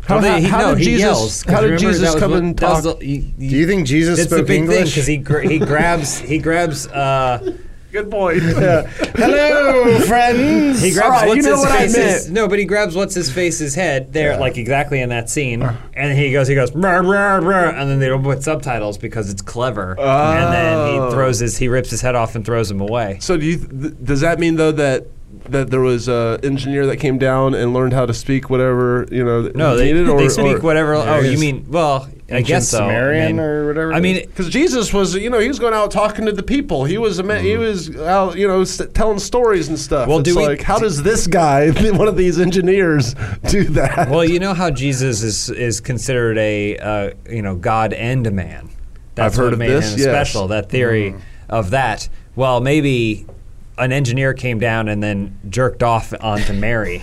C: Well, they- he-
E: how
C: no,
E: did
C: he
E: Jesus,
C: yells, 'cause
E: how did
C: remember that
E: Jesus
C: was
E: come
C: what-
E: and
C: that was
E: talk?
C: the- you- you-
B: Do you think Jesus
C: That's the
B: spoke
C: big thing
B: English?
C: because he gra- he grabs he grabs uh,
E: Good boy.
B: Yeah. Hello, friends.
C: he grabs
E: right,
C: what's
E: you know
C: his
E: what I
C: face's no, but he grabs what's his face's head there like exactly in that scene,
E: Uh.
C: and he goes he goes "Rah, rah, rah," and then they don't put subtitles because it's clever, and then
E: Oh.
C: he throws his he rips his head off and throws him away.
E: So do you? Th- does that mean though that that there was a engineer that came down and learned how to speak whatever you know?
C: No, they,
E: needed, or,
C: they speak whatever. Oh,
B: Yeah.
C: you mean well? I
B: Ancient
C: guess so. I
B: Sumerian
C: mean,
B: or whatever
C: I
B: it
C: mean,
B: is.
E: Because Jesus was, you know, he was going out talking to the people. He was a man. He was out, you know, s telling stories and stuff.
C: Mm-hmm. Well,
E: it's
C: do we-
E: like, how does this guy, one of these engineers, do that?
C: Well, you know how Jesus is is considered a uh, you know God and a man. That's
E: I've heard
C: what
E: of
C: made
E: this,
C: him
E: yes. Mm.
C: special. That theory of that. Well, maybe an engineer came down and then jerked off onto Mary,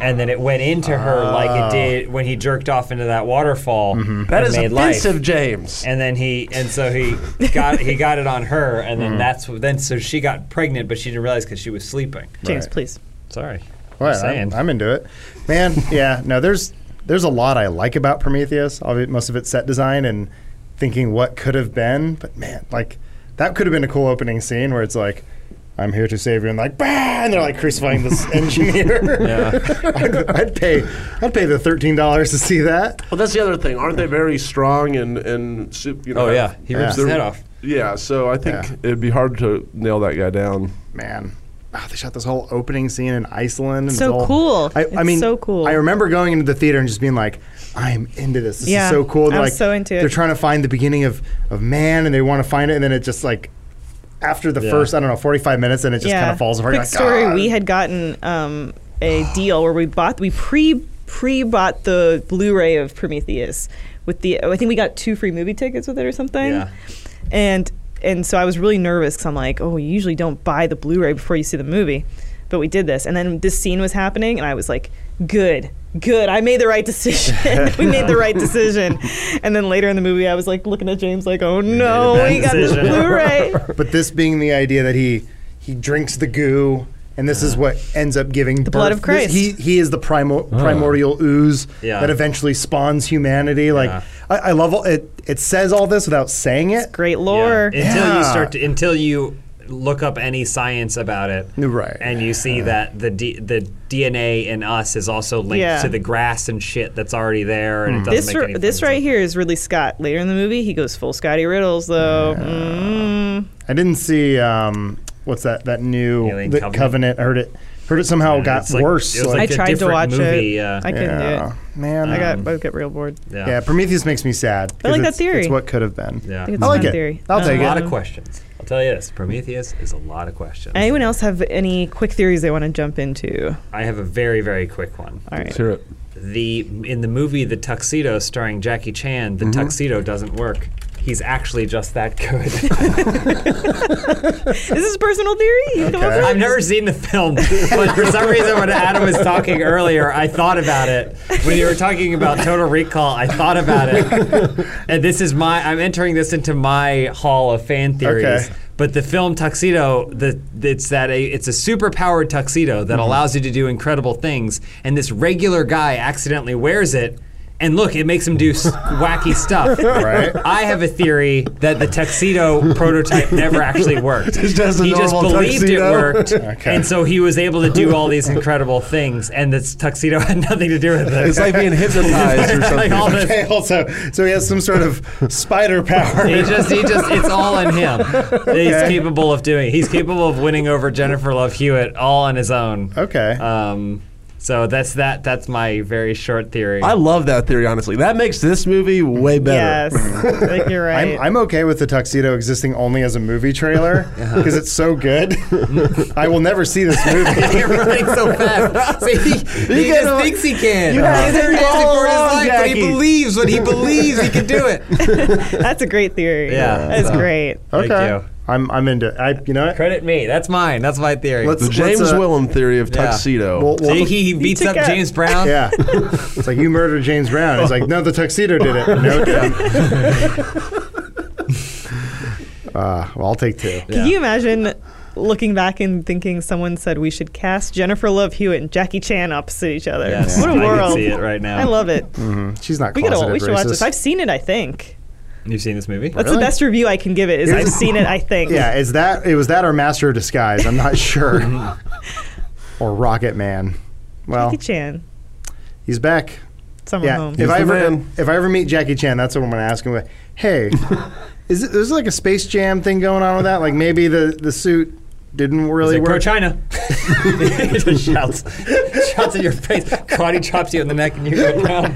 C: and then it went into her like it did when he jerked off into that waterfall.
E: Oh. Mm-hmm. that
C: and
E: is
C: made
E: offensive,
C: Life.
E: James.
C: And then he and so he got he got it on her, and
E: Mm.
C: then that's then so she got pregnant, but she didn't realize because she was sleeping.
A: James,
B: Right.
A: please.
C: Sorry,
B: Well,
C: Just saying.
B: I'm, I'm into it, man. Yeah, no, there's there's a lot I like about Prometheus. Obvi- Most of it's set design and thinking what could have been, but man, like that could have been a cool opening scene where it's like. I'm here to save you, and like, bah! and they're like crucifying this engineer. I'd, I'd pay, I'd pay the thirteen dollars to see that.
E: Well, that's the other thing. Aren't they very strong and and su- you know?
C: Oh, yeah. He
B: rips his
E: they're-
C: head off.
E: Yeah, so I think
B: Yeah.
E: it'd be hard to nail that guy down.
B: man. Oh, they shot this whole opening scene in Iceland. and
A: So
B: it was all-
A: cool.
B: I, I
A: It's
B: mean,
A: so cool.
B: I remember going into the theater and just being like, "I'm into this. This
A: Yeah,
B: is so cool." They're
A: I
B: like,
A: was so into it.
B: They're trying to find the beginning of of man, and they want to find it, and then it just like after the
C: Yeah.
B: first, I don't know, 45 minutes, and it just kind of falls apart.
A: Quick
B: You're like,
A: story:
B: "God."
A: We had gotten um, a deal where we bought we pre pre bought the Blu-ray of Prometheus with the I think we got two free movie tickets with it or something.
C: Yeah.
A: And and so I was really nervous because I'm like, oh, you usually don't buy the Blu-ray before you see the movie, but we did this. And then this scene was happening, and I was like, good. Good. I made the right decision. we made the right decision. And then later in the movie, I was like looking at James, like, "Oh no,
C: bad
A: we got
C: decision.
A: this Blu-ray."
B: but this being the idea that he he drinks the goo. And this is what ends up giving the
A: blood of Christ.
B: he he is the primo- primordial ooze
C: Yeah.
B: that eventually spawns humanity. Like
C: Yeah.
B: I, I love all, it. It says all this without saying it.
A: Great lore.
C: Yeah. Until you
B: Yeah.
C: start to, until you
F: look up any science about it,
B: Right.
F: And you see that the D, the DNA in us is also linked
A: Yeah. Hmm.
F: to the grass and shit that's already there, and it doesn't
A: This
F: make
A: r-
F: any
A: this
F: fucking
A: right here is Ridley Scott. Later in the movie, he goes full Scotty Riddles though. Mm.
B: I didn't see um, what's that that new
F: Alien
B: the
F: Covenant?
B: Covenant. I heard it. Heard it somehow
F: sense.
B: got
F: It's like-
B: worse.
F: it was
B: like-
F: like
A: I
F: a
A: tried to
F: different
A: watch
F: movie,
A: it.
F: uh,
A: I couldn't do
B: yeah,
A: it.
B: man.
A: I got I got real bored.
F: Um, yeah.
B: yeah. Prometheus makes me sad.
A: I like that
B: 'cause it's-
A: theory.
B: It's what could have been.
F: Yeah.
A: I think it's
B: I
A: a
B: like
A: fun
B: it.
A: theory.
B: I'll take
F: a
B: it.
F: lot of
A: Um,
F: questions. I'll tell you this: Prometheus is a lot of questions.
A: Anyone else have any quick theories they want to jump into?
F: I have a very very quick one.
A: All right.
E: hear it.
F: The in the movie The Tuxedo, starring Jackie Chan, the
A: Mm-hmm.
F: tuxedo doesn't work. He's actually just that good.
A: Is this a personal theory? You come up
B: Okay.
A: with?
F: I've never seen the film, but for some reason, when Adam was talking earlier, I thought about it. When you were talking about Total Recall, I thought about it. And this is my, I'm entering this into my hall of fan theories.
B: Okay.
F: But the film Tuxedo, the, it's that a, it's a super powered tuxedo
E: Mm-hmm.
F: that allows you to do incredible things. And this regular guy accidentally wears it. And look, it makes him do s- wacky stuff.
B: Right.
F: I have a theory that the tuxedo prototype never actually worked.
E: Just as a
F: he just
E: normal
F: believed
E: tuxedo.
F: it worked,
B: Okay.
F: and so he was able to do all these incredible things. And this tuxedo had nothing to do with it.
E: It's like being hypnotized or
F: Like
E: something.
F: all this-
B: Okay. Also, so he has some sort of spider power.
F: He just, he just, it's all in him. He's capable of doing. He's capable of winning over Jennifer Love Hewitt all on his own.
B: Okay.
F: Um, so that's that. That's my very short theory.
E: I love that theory, honestly. That makes this movie way better.
A: Yes, I think you're right.
B: I'm, I'm okay with the tuxedo existing only as a movie trailer because it's so good. I will never see this movie.
F: You're running so fast. See, he, he
E: gotta-
F: just thinks he can.
E: You gotta
F: He's
E: think
F: arrogant
E: all
B: Oh,
F: for his
E: along,
F: life, but he
E: Jackie.
F: believes what he believes he can do it.
A: That's a great theory.
F: Yeah.
A: that's
F: Yeah.
A: great.
F: Thank
B: Okay.
F: you.
B: I'm I'm into. it. I you know what?
F: Credit me. That's mine. That's my theory.
B: Let's-
E: The James
B: uh,
E: Willem theory of
F: Yeah.
E: tuxedo.
B: We'll- we'll-
F: See, he, he beats
A: took
F: up
A: out-
F: James Brown.
B: yeah. It's like you murdered James Brown. It's like no, the tuxedo did it. No. it didn't. Uh, well, I'll take two.
A: Can you imagine looking back and thinking someone said we should cast Jennifer Love Hewitt and Jackie Chan opposite each other?
F: Yes,
A: What a
F: I can
A: world!
F: see it right now.
A: I love it.
B: Mm. She's not.
A: We could all,
B: closeted
A: we should
B: racist.
A: watch this. I've seen it. I think
F: You've seen this movie?
A: that's
B: Really?
A: the best review I can give it. Is
B: Here's
A: I've
B: a-
A: seen it. I think.
B: yeah, is that it was that or Master of Disguise? I'm not sure. or Rocket Man. Well,
A: Jackie Chan,
B: he's back.
A: summer
B: Yeah.
A: home.
B: If
E: He's
B: I
E: the
B: ever
E: man.
B: if I ever meet Jackie Chan, that's what I'm gonna ask him. like, Hey, is it, there's like a Space Jam thing going on with that? Like maybe the the suit didn't really
F: Like, Pro
B: work.
F: China. he just shouts, shouts in your face, karate chops you in the neck, and you go down.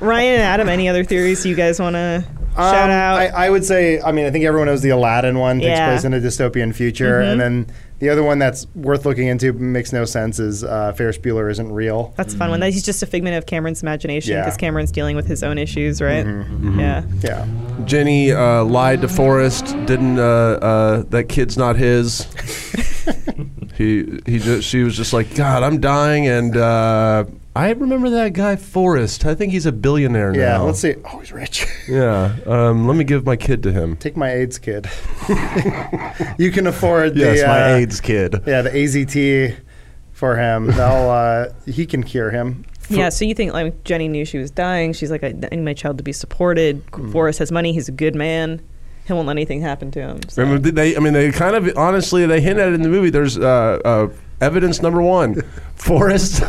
A: Ryan and Adam, any other theories you guys want to
B: Um,
A: shout out?
B: I, I would say. I mean, I think everyone knows the Aladdin one takes
A: Yeah. Mm-hmm.
B: place in a dystopian future, and then the other one that's worth looking into but makes no sense is uh, Ferris Bueller isn't real.
A: that's a fun one. That he's just a figment of Cameron's imagination
B: Yeah. Mm-hmm.
A: because Cameron's dealing with his own issues, right? Yeah.
B: Yeah.
E: Jenny uh, lied to Forrest. Didn't uh, uh, that kid's not his? he he just she was just like God, I'm dying, and uh, I remember that guy Forrest. I think he's a billionaire
B: Yeah.
E: now.
B: Let's see. Oh, he's rich.
E: Yeah, um, let me give my kid to him.
B: Take my AIDS kid. you can afford
E: Yes,
B: the
E: my
B: uh,
E: AIDS kid.
B: Yeah, the AZT for him. They'll uh, he can cure him.
A: Yeah, so you think like Jenny knew she was dying. She's like, I, I need my child to be supported.
B: Mm-hmm.
A: Forrest has money. He's a good man. He won't let anything happen to him. So.
E: Remember, did they? I mean, they kind of honestly they hint at it in the movie. There's uh, uh, evidence number one: Forrest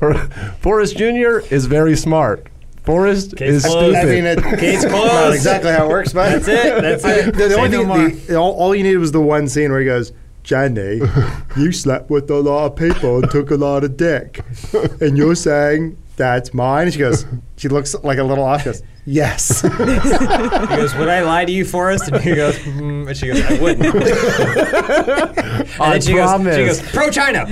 E: or Forrest Junior is very smart. Forrest is
F: Case closed.
E: stupid.
B: I mean, it,
F: Case
B: not
F: closed.
B: exactly how it works, but
F: That's it. That's it.
B: The, the
F: Say
B: only
F: no
B: thing,
F: more.
B: the, all, all you needed was the one scene where he goes, Johnny, you slept with a lot of people and took a lot of dick, and you're saying that's mine. And she goes, she looks like a little off. She goes, yes.
F: He goes, "Would I lie to you, Forrest?" And he goes, mm, and she goes, "I wouldn't." and
E: I
F: then she goes, "She
E: promise.
F: goes, pro China."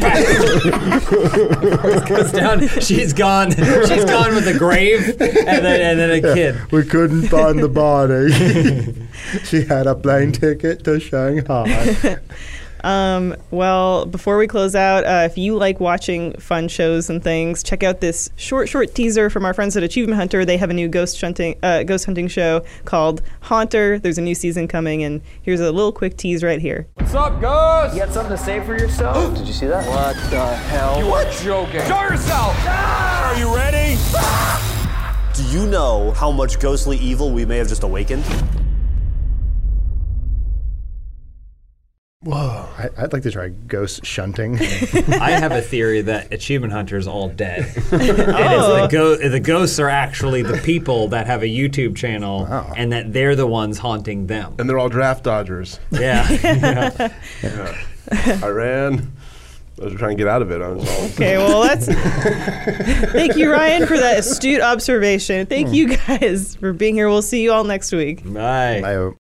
F: Forrest goes down. She's gone. She's gone with a grave, and then and then a kid.
B: We couldn't find the body. she had a plane ticket to Shanghai.
A: Um, well, before we close out, uh, if you like watching fun shows and things, check out this short, short teaser from our friends at Achievement Hunter. They have a new ghost hunting, uh, ghost hunting show called Haunter. There's a new season coming, and here's a little quick tease right here.
G: You got something to say for yourself? Did you see that? What the hell? You are joking. Show yourself! Are you ready?
H: Do you know how much ghostly evil we may have just awakened?
B: Whoa. I, I'd like to try ghost shunting.
F: I have a theory that achievement hunters all dead. And it's
A: Oh.
F: the, go- the ghosts are actually the people that have a YouTube channel, and that they're the ones haunting them.
E: and they're all draft dodgers.
F: Yeah. yeah.
E: I ran. I was trying to get out of it. I was all.
A: Okay, well, that's. Thank you, Ryan, for that astute observation. Thank you guys for being here. We'll see you all next week.
F: Bye.
B: I,